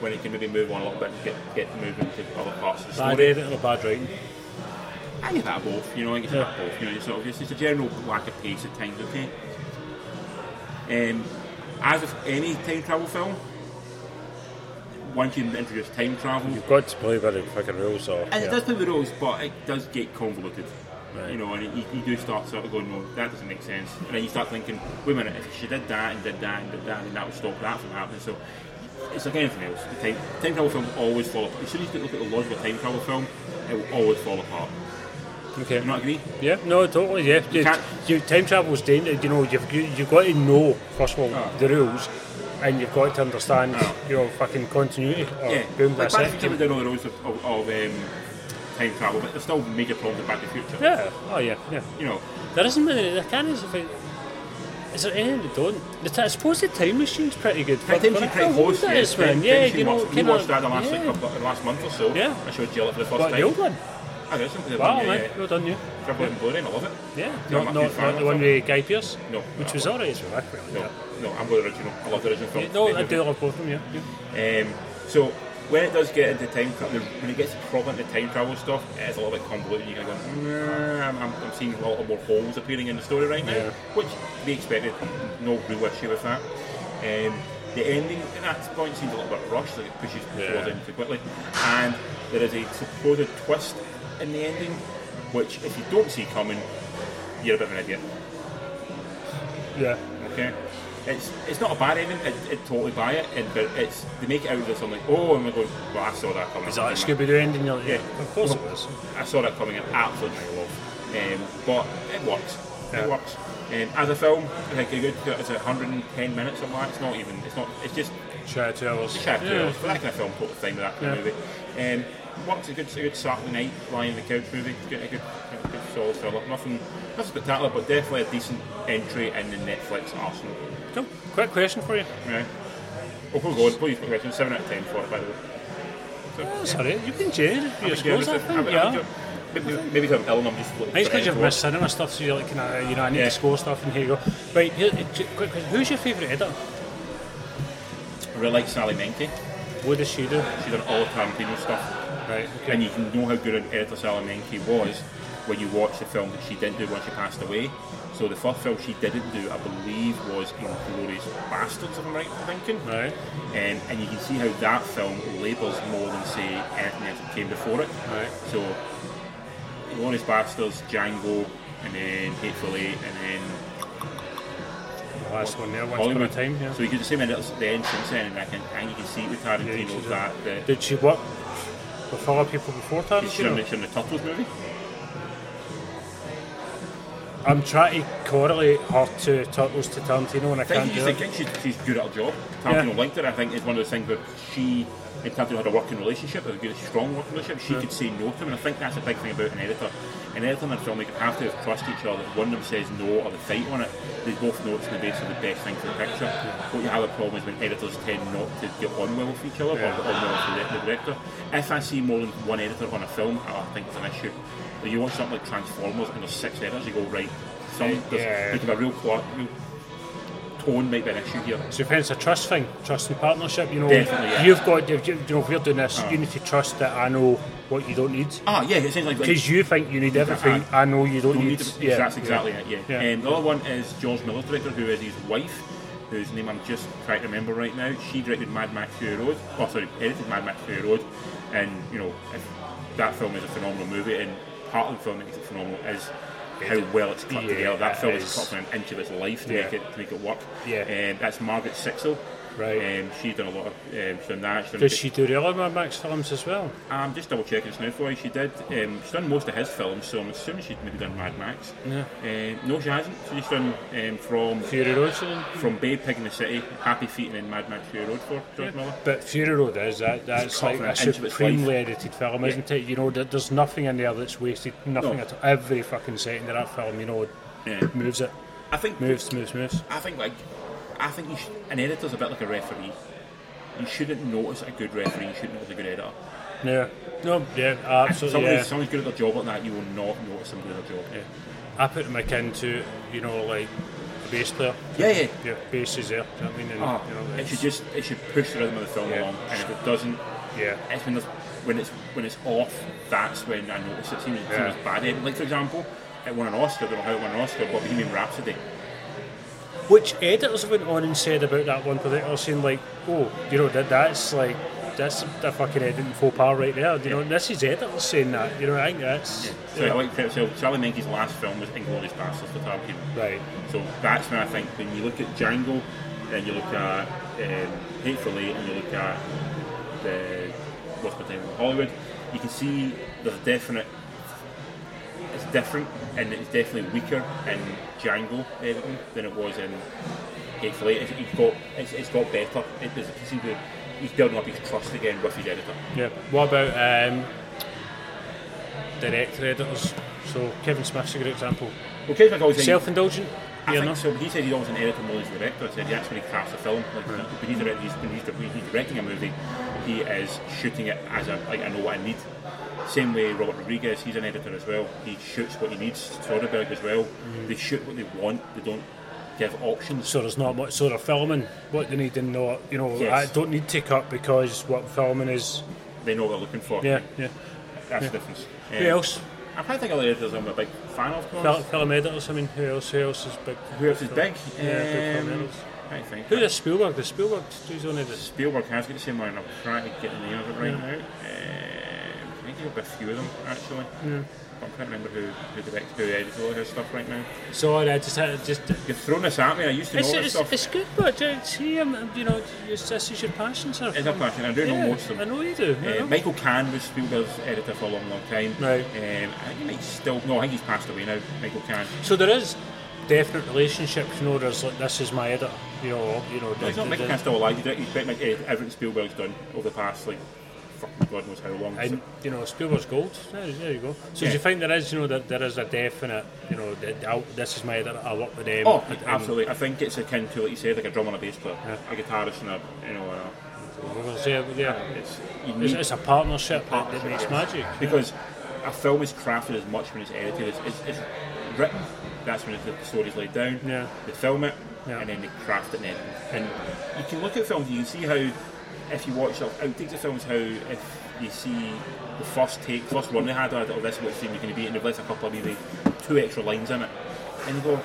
B: when it can maybe move on a little bit and get get moving to other parts of the
C: Bad
B: story.
C: editing or bad writing.
B: I think that both, you know, I think it's that both, you know, it's sort of just it's a general lack of pace at times, okay? Um, as with any time travel film, once you introduce time travel,
C: You've got to play by the fucking rules, or
B: and it
C: yeah.
B: does play the rules, but it does get convoluted.
C: Right.
B: You know, and you, you do start sort of going, no, that doesn't make sense. And then you start thinking, wait a minute, if she did that and did that and did that, then that would stop that from happening. So it's like anything else. The time, time travel films always fall apart. As soon as you look at the logical time travel film, it will always fall apart.
C: okay.
B: Do you not agree?
C: Yeah, no, totally. Yeah, you
B: can't-
C: you, time travel's dangerous. You know, you've you, you've got to know first of all
B: Oh.
C: the rules, and you've got to understand
B: Oh.
C: you know fucking continuity. Or
B: Yeah,
C: boom,
B: like
C: that's
B: Back to the
C: it.
B: Future did all the rules of, of, of um, time travel, but there's still major problems in Back to the Future.
C: Yeah. Oh yeah. Yeah.
B: You know,
C: There isn't many. There can is if it. Is there any that don't? The t- I suppose the time machine's pretty good.
B: Time
C: for-
B: Machine's
C: for a
B: pretty
C: film,
B: close.
C: that
B: yeah,
C: is,
B: Time-
C: man.
B: Time
C: Yeah,
B: Machine
C: you know,
B: watched- we
C: kinda-
B: watched that the last,
C: yeah.
B: like, couple- the last month or so.
C: Yeah.
B: I showed Jill it for the first
C: But
B: time.
C: the old one.
B: I got something. uh,
C: Wow,
B: yeah,
C: man.
B: yeah.
C: Well done, you.
B: Triple Blue and Blu-ray, I love it.
C: Yeah.
B: Yeah,
C: Not,
B: I'm a
C: not,
B: big fan
C: not the
B: of
C: one
B: that.
C: with Guy Pearce.
B: No,
C: Which
B: no,
C: was
B: no.
C: alright as well. I really
B: No,
C: liked
B: no, I'm the original. I love the original
C: it.
B: film.
C: No,
B: Made
C: I
B: of-
C: do love both of them. Yeah.
B: Um, so when it does get into time travel, when it gets proper into time travel stuff, it's a little bit convoluted. You're kind of going, nah, I'm, I'm, I'm seeing a lot more holes appearing in the story right now,
C: Yeah.
B: which we expected. No real issue with that. Um, the ending at that point seems a little bit rushed, like it pushes
C: Yeah.
B: forward in too quickly, and there is a supposed twist in the ending, which if you don't see coming, you're a bit of an idiot.
C: Yeah.
B: Okay. It's it's not a bad ending. It, it totally buy it, and but it's they make it out as something. Oh, and we're going. Well, I saw that coming.
C: Is that a Scooby Doo ending? You're like,
B: Yeah.
C: Of course it was.
B: I saw that coming. I absolutely love. Um, but it works.
C: Yeah.
B: It works. Um, as a film, I think a good. It's 110 minutes or that. It's not even. It's not. It's just
C: Shout out to ours.
B: Shaft
C: Yeah.
B: yeah. for that kind of film, put the thing with that kind of
C: Yeah.
B: movie. Um, what's a good, a good Saturday night lying in the couch movie? Get a good, a good solid thriller. Nothing, nothing spectacular, but definitely a decent entry in the Netflix arsenal.
C: Cool. Quick question for you.
B: Right. Oh, cool going. Please, quick question. Seven out of ten for it, by the way.
C: Oh, sorry, you've been jaded for your
B: Yeah,
C: scores, I
B: just-
C: think.
B: I- I-
C: Yeah.
B: Maybe, maybe some Ellen, I'm just looking.
C: Nice
B: for
C: because you've
B: Ellen.
C: missed cinema stuff, so you're like, can I, you know, I need
B: Yeah.
C: to score stuff, and here you go. Right, here, j- quick question. Who's your favourite editor?
B: I really like Sally Menke.
C: What does she do?
B: She's done all the Tarantino stuff.
C: Right, okay.
B: And you can know how good an editor Sally Menke was when you watch the film that she didn't do when she passed away. So the first film she didn't do, I believe, was Inglorious Bastards, if I'm right in thinking.
C: Right,
B: Um, and you can see how that film labours more than, say, anything else that came before it.
C: Right.
B: So, Glorious Bastards, Django, and then Hateful Eight, and then
C: the last one there, once upon a
B: Hollywood.
C: time, yeah.
B: So you get the same editors at the end since then, and, I can, and you can see with
C: Yeah,
B: Tarantino
C: she's
B: that
C: a-
B: the,
C: Did she work with other people before
B: it's in
C: Tarantino?
B: the, in the Turtles movie.
C: I'm trying to correlate her to Turtles to Tarantino, and
B: I
C: I
B: think
C: can't
B: you
C: do
B: just
C: it.
B: think she's, she's good at her job. Tarantino liked it. I think it's one of those things where she and Tarantino had a working relationship, a good, strong working relationship. She could say no to him, and I think that's a big thing about an editor. in every other filmmaker have to have trust each other. One of them says no or they fight on it. They both know it's going to be sort of the best thing for the picture. What you have a problem is when editors tend not to get on well with each other or get on well with the- the director. If I see more than one editor on a film, I think it's an issue. But you watch something like Transformers and there's six editors, you go, right, some, there's,
C: Yeah.
B: there's a real plot, real tone might be an issue here.
C: So if it's a trust thing, trust and partnership, you know,
B: Definitely, yeah. Uh-huh.
C: you've got, to, you know, if we're doing this, you need to trust that I know what you don't need.
B: Ah, yeah, it seems like... like
C: Because you think you need everything, I know you don't,
B: Uh-huh. Don't
C: need.
B: need to, that's exactly it, yeah.
C: Yeah.
B: Um, the other one is George Miller's director, who is his wife, whose name I'm just trying to remember right now. She directed Mad Max Fury Road, oh sorry, edited Mad Max Fury Road, and you know, if that film is a phenomenal movie, and part of the film that makes it phenomenal is how well it's cut
C: Yeah,
B: together. That film is
C: it's-
B: cut from an inch of its life to
C: Yeah.
B: make it to make it work.
C: Yeah.
B: Um, that's Margaret Sixel.
C: Right.
B: Um, she's done a lot of um, she's done that. She's done
C: Does she do the other Mad Max films as well?
B: I'm just double checking this now for you. She did. Um, she's done most of his films, so I'm assuming she'd maybe done Mad Max.
C: Yeah.
B: Um, no, she hasn't. She's done um, from
C: Fury Road, so-
B: from Babe Pig in the City, Happy Feet, and then Mad Max Fury Road for George Miller.
C: But Fury Road is that that's
B: cut
C: like
B: from
C: a
B: an inch of its
C: supremely edited film, isn't it? You know, there- there's nothing in there that's wasted. Nothing
B: No.
C: at all. Every fucking second of that film, you know,
B: Yeah.
C: moves it,
B: I think
C: moves, moves, moves.
B: I think like I think you should, an editor's a bit like a referee. You shouldn't notice a good referee. You shouldn't notice a good editor.
C: Yeah. No, yeah, absolutely.
B: Somebody,
C: Yeah.
B: someone's good at their job like that, you will not notice them good at their job.
C: Yeah. I put them akin to, you know, like a bass player.
B: Yeah, yeah.
C: Your bass is there. Do you know what I mean? And,
B: Ah,
C: you know,
B: it
C: it's-
B: should just it should push the rhythm of the film
C: Yeah.
B: along, and if it doesn't,
C: yeah.
B: it's when, there's, when it's when it's off. That's when I notice it seems,
C: Yeah.
B: seems bad. Um, Like for example, it won an Oscar. I don't know how it won an Oscar, but Bohemian Rhapsody.
C: Which editors went on and said about that one particular scene, like, oh, you know, that that's like, that's a fucking editing faux pas right there. You know, and this is editors saying that. You know, I think that's.
B: So I like to so Charlie Menke's last film was Inglourious Basterds with Tarantino.
C: Right.
B: So that's when I think when you look at Django, and you look at um, Hateful Eight, and you look at the What's My Time in Hollywood, you can see there's a definite. It's different, and it's definitely weaker in Django editing than it was in Hateful Eight. It's, it's got it's, it's got better. It, there's- you can see the, he's building up his trust again with his editor.
C: Yeah. What about um, director editors? So Kevin Smith's a good example.
B: Well, Kevin McCall's saying-
C: Self indulgent.
B: I
C: Yeah,
B: think
C: no.
B: so. He said he's always an editor more than he's a director. I said that's when he crafts a film. Like when, he's direct, he's, when, he's, when he's directing a movie, he is shooting it as a like I know what I need. Same way Robert Rodriguez, he's an editor as well. He shoots what he needs. Soderbergh as well.
C: Mm.
B: They shoot what they want. They don't give options.
C: So there's not much. So they're filming what they need and not. You know,
B: Yes.
C: I don't need to cut because what filming is.
B: They know what they're looking for.
C: Yeah, yeah.
B: that's the difference.
C: Who else?
B: I'm trying to think of other editors I'm a big fan of. to be
C: Film,
B: honest.
C: film editors. I mean, who else? Who else is big?
B: Who else is big?
C: Yeah, big film
B: um,
C: editors.
B: I think.
C: Who is Spielberg? The Spielberg do his own editors.
B: Spielberg has got the same one, and I'm trying to get in the other right now. Um, I think he's got a few of them actually. But I'm trying to remember who who directed who edited all of his stuff right now.
C: Sorry, I just had just.
B: You're throwing this at me. I used to know
C: It's,
B: this
C: it's,
B: stuff.
C: it's good, but it's here. um, You know, it's, this is your passion, sir.
B: It's a passion. I do know
C: Yeah,
B: most of
C: I
B: them.
C: know you do. I
B: Uh,
C: know.
B: Michael Kahn was Spielberg's editor for a long, long time.
C: Right.
B: Um, I think he might still. No, I think he's passed away now. Michael Kahn.
C: So there is definite relationships. You know, there's like this is my editor. You know, you know.
B: No, he's not Michael Kahn's still alive. He's directed- He's pretty much edited everything Spielberg's done over the past like fucking God knows how long. So-
C: and you know, Spielberg's gold. There, there you go. So
B: Yeah.
C: do you find there is, you know, that there is a definite, you know, that I'll, this is my editor. I work with them.
B: Oh,
C: and- and-
B: absolutely. I think it's akin to, like you said, like a drummer and a bass player,
C: Yeah.
B: a guitarist and a, you know, a,
C: we're gonna say, yeah,
B: It's, you
C: it's,
B: need,
C: it's a partnership that- that
B: partnership, yes.
C: makes magic.
B: because a film is crafted as much when it's edited. It's, it's, it's written. That's when it's, the story's laid down.
C: Yeah.
B: They film it
C: Yeah.
B: and then they craft it. And, edit it. and you can look at films. You can see how, if you watch like, outtakes of films, how if you see the first take, first one they had, or oh, this is what scene you're going to be, and they've left a couple of maybe two extra lines in it, and you go,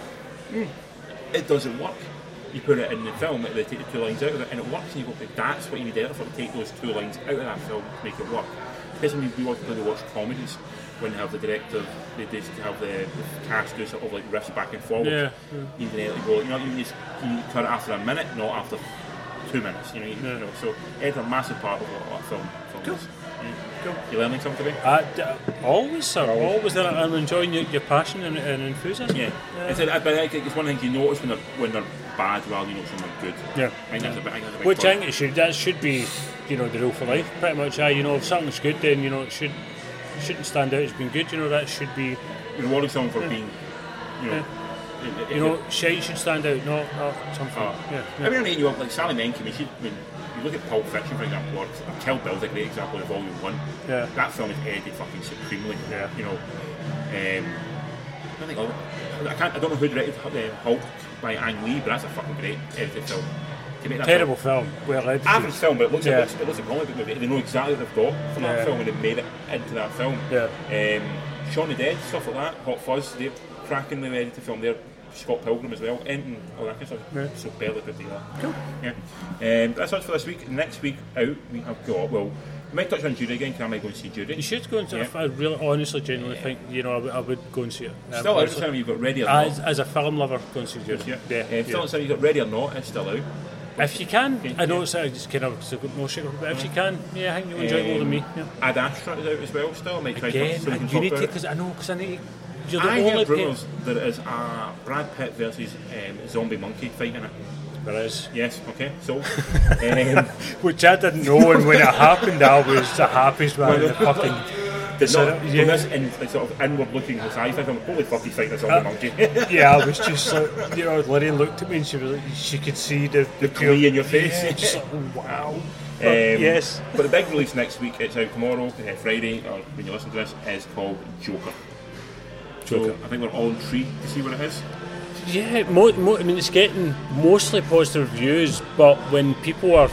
B: it doesn't work. You put it in the film, they take the two lines out of it, and it works. And you go, "But that's what you need to for to take those two lines out of that film to make it work. Because when we watch, when we watch comedies, when they have the director, they just have the cast do sort of like riffs back and forward.
C: Yeah,
B: You can edit go, you know, you just you cut it after a minute, not after two minutes. You know, you, you know. So it's a massive part of what a film. film
C: Cool.
B: is. Yeah. Cool. You learning something today?
C: I, I- always, sir, always. And I'm enjoying your, your passion and, and enthusiasm.
B: Yeah, It's, a, but I think it's one of the things you notice when they're when they're bad rather than you notice when they're good.
C: Yeah.
B: I think that's a bit. I think that's a big
C: Which
B: part.
C: I think it should that should be, you know, the rule for life. Pretty much, I you know, if something's good, then you know it should shouldn't stand out. It's been good. You know that should be.
B: Rewarding someone for being, you know, it- it-
C: You know, shite should stand out, not, not something.
B: Ah.
C: Yeah,
B: I mean, I mean, you have, like Sally Menke, I mean, she, I mean, you look at Pulp Fiction, for example, or Kill Bill's a great example of Volume 1.
C: Yeah.
B: That film is edited fucking supremely,
C: Yeah.
B: you know. Um, I think, all- I, can't, I don't know who directed um, Hulk by Ang Lee, but that's a fucking great edited film. To make that
C: Terrible
B: Film,
C: film. Well edited.
B: average Ah, film, but it looks,
C: Yeah.
B: it, looks, it looks a Hollywood movie. They know exactly what they've got from
C: Yeah.
B: that film and they've made it into that film.
C: Yeah.
B: Um, Shaun the Dead, stuff like that, Hot Fuzz, they're crackingly edited film. They're Scott Pilgrim as well, anything, all that kind of stuff.
C: Yeah.
B: So barely put together. Yeah. Um, but that's all for this week. Next week out, we have got, well, we might touch on Judy again, because I might go and see Judy.
C: You should go and.
B: Yeah.
C: if I really, honestly, genuinely think you know I would, I would go and see it.
B: Still out
C: Um,
B: at the
C: honestly.
B: time you've got Ready or
C: as,
B: Not.
C: as a film lover, go and see it.
B: Yeah.
C: yeah,
B: Um, still
C: yeah.
B: out at the time you've got Ready or Not, it's still out.
C: If you can,
B: Yeah.
C: I know it's uh, just kind of it's a good no shit, but if you can, yeah, I think you'll enjoy it more than me. Yeah.
B: Ehm, Ad Astra is out as well, still. I might try
C: Again,
B: so we can
C: you
B: talk
C: need
B: about
C: to
B: it.
C: because I know because I need. You're the
B: I
C: only
B: heard
C: pe-
B: rumours there is a Brad Pitt versus um, Zombie Monkey fight in it.
C: There is.
B: Yes, okay, so. um,
C: Which I didn't know, and when it happened, I was the happiest man in the fucking.
B: did
C: So
B: not,
C: that-
B: yeah.
C: yeah.
B: this in, like, sort of inward looking sci-fi film, holy fuck, he's fighting a zombie monkey.
C: Uh, Yeah, I was just like, you know, Lydia looked at me and she was like, she could see the
B: the glee in your face.
C: Yeah, just like, oh, wow. But
B: Um,
C: yes.
B: But the big release next week, it's out tomorrow, uh, Friday, or when you listen to this, is called Joker. So
C: Joker.
B: I think we're all intrigued to see what it is.
C: Yeah, mo- mo- I mean, it's getting mostly positive reviews, but when people are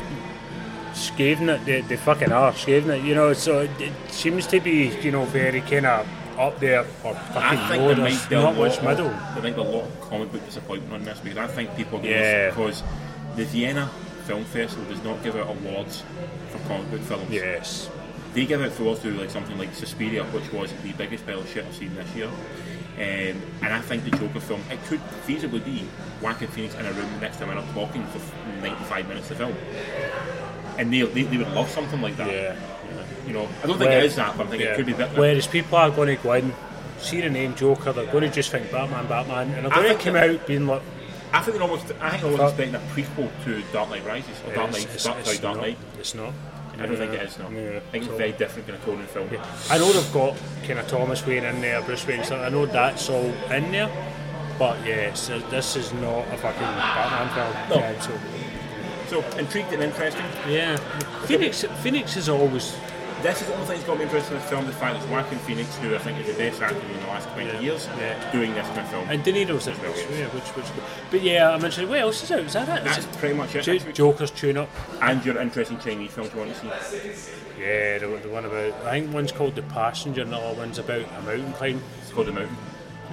C: scathing it, they, they fucking are scathing it, you know, so it, it seems to be, you know, very kind of up there or
B: I
C: fucking
B: think
C: low,
B: there might
C: there's
B: be a
C: not
B: lot
C: much
B: of,
C: middle.
B: There might be a lot of comic book disappointment on this because I think people are going
C: Yeah.
B: because the Vienna Film Festival does not give out awards for comic book films.
C: Yes.
B: They give out awards to like something like Suspiria, which was the biggest pile of shit I've seen this year. Um, and I think the Joker film, it could feasibly be Whack and Phoenix in a room next to a man up talking for 95 minutes of film. And they, they, they would love something like that.
C: Yeah.
B: You know, I don't think
C: Where-
B: it is that, but I think it
C: Yeah.
B: could be a bit that.
C: Whereas people are going to go in, see the name Joker, they're going to just think Batman, Batman, and they're going
B: think
C: to come
B: that-
C: out being like,
B: I think they're almost. I think they're
C: Fuck.
B: almost expecting a prequel to Dark Knight Rises or Dark
C: it's-
B: Knight.
C: it's-
B: Dark, sorry,
C: it's
B: Dark
C: not.
B: Knight.
C: It's not.
B: I don't think it is. No,
C: Yeah.
B: I think it's a
C: So-
B: very different kind of tone and film.
C: I know they've got kind of Thomas Wayne in there, Bruce Wayne, so I know that's all in there. But yes, this is not a fucking Batman film.
B: No.
C: Yeah, so,
B: So intrigued and interesting.
C: yeah. Phoenix, Phoenix is always.
B: This is the only thing that's got me interested in this film. The fact that Joaquin Phoenix, who I think is the best actor in the last twenty
C: Yeah.
B: years,
C: Yeah.
B: doing this kind of film.
C: And De Niro's in
B: As well,
C: this,
B: yes.
C: yeah, which, which, But yeah, I mentioned, what else is out? Is that it? Is
B: that's
C: it-
B: pretty much it.
C: Jo- Joker's tune up.
B: and your interesting Chinese films you want to see.
C: Yeah, the, the one about. I think one's called The Passenger, and the other one's about a mountain climb.
B: It's called The Mountain.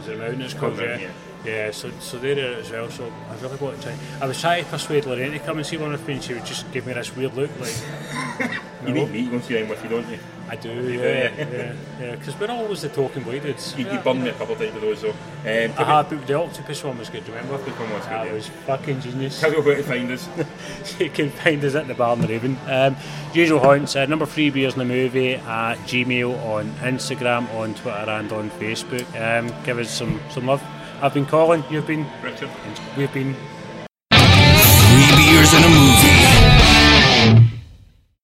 C: Is it a mountain? It's called,
B: called
C: yeah.
B: Mountain,
C: Yeah, so, so they're there as well. So I really want to try. I was trying to persuade Lorraine to come and see one of me, and she would just give me this weird look like.
B: You need meat once you them with you, don't you?
C: I do, yeah, yeah, yeah. Because we're always the talking bleededs.
B: You, you bummed me a couple of times with those, so. Um, tell
C: Aha, Ah, but the octopus one was good, remember?
B: me- come on, what's
C: That
B: good, yeah.
C: was fucking genius.
B: Tell me where to find us.
C: you can find us at the Bar in the Raven. Um, usual haunts, uh, number three beers in the movie at Gmail on Instagram, on Twitter, and on Facebook. Um, give us some, some love. I've been Colin, you've been,
B: Richard.
C: and we've been
A: Three beers and a movie.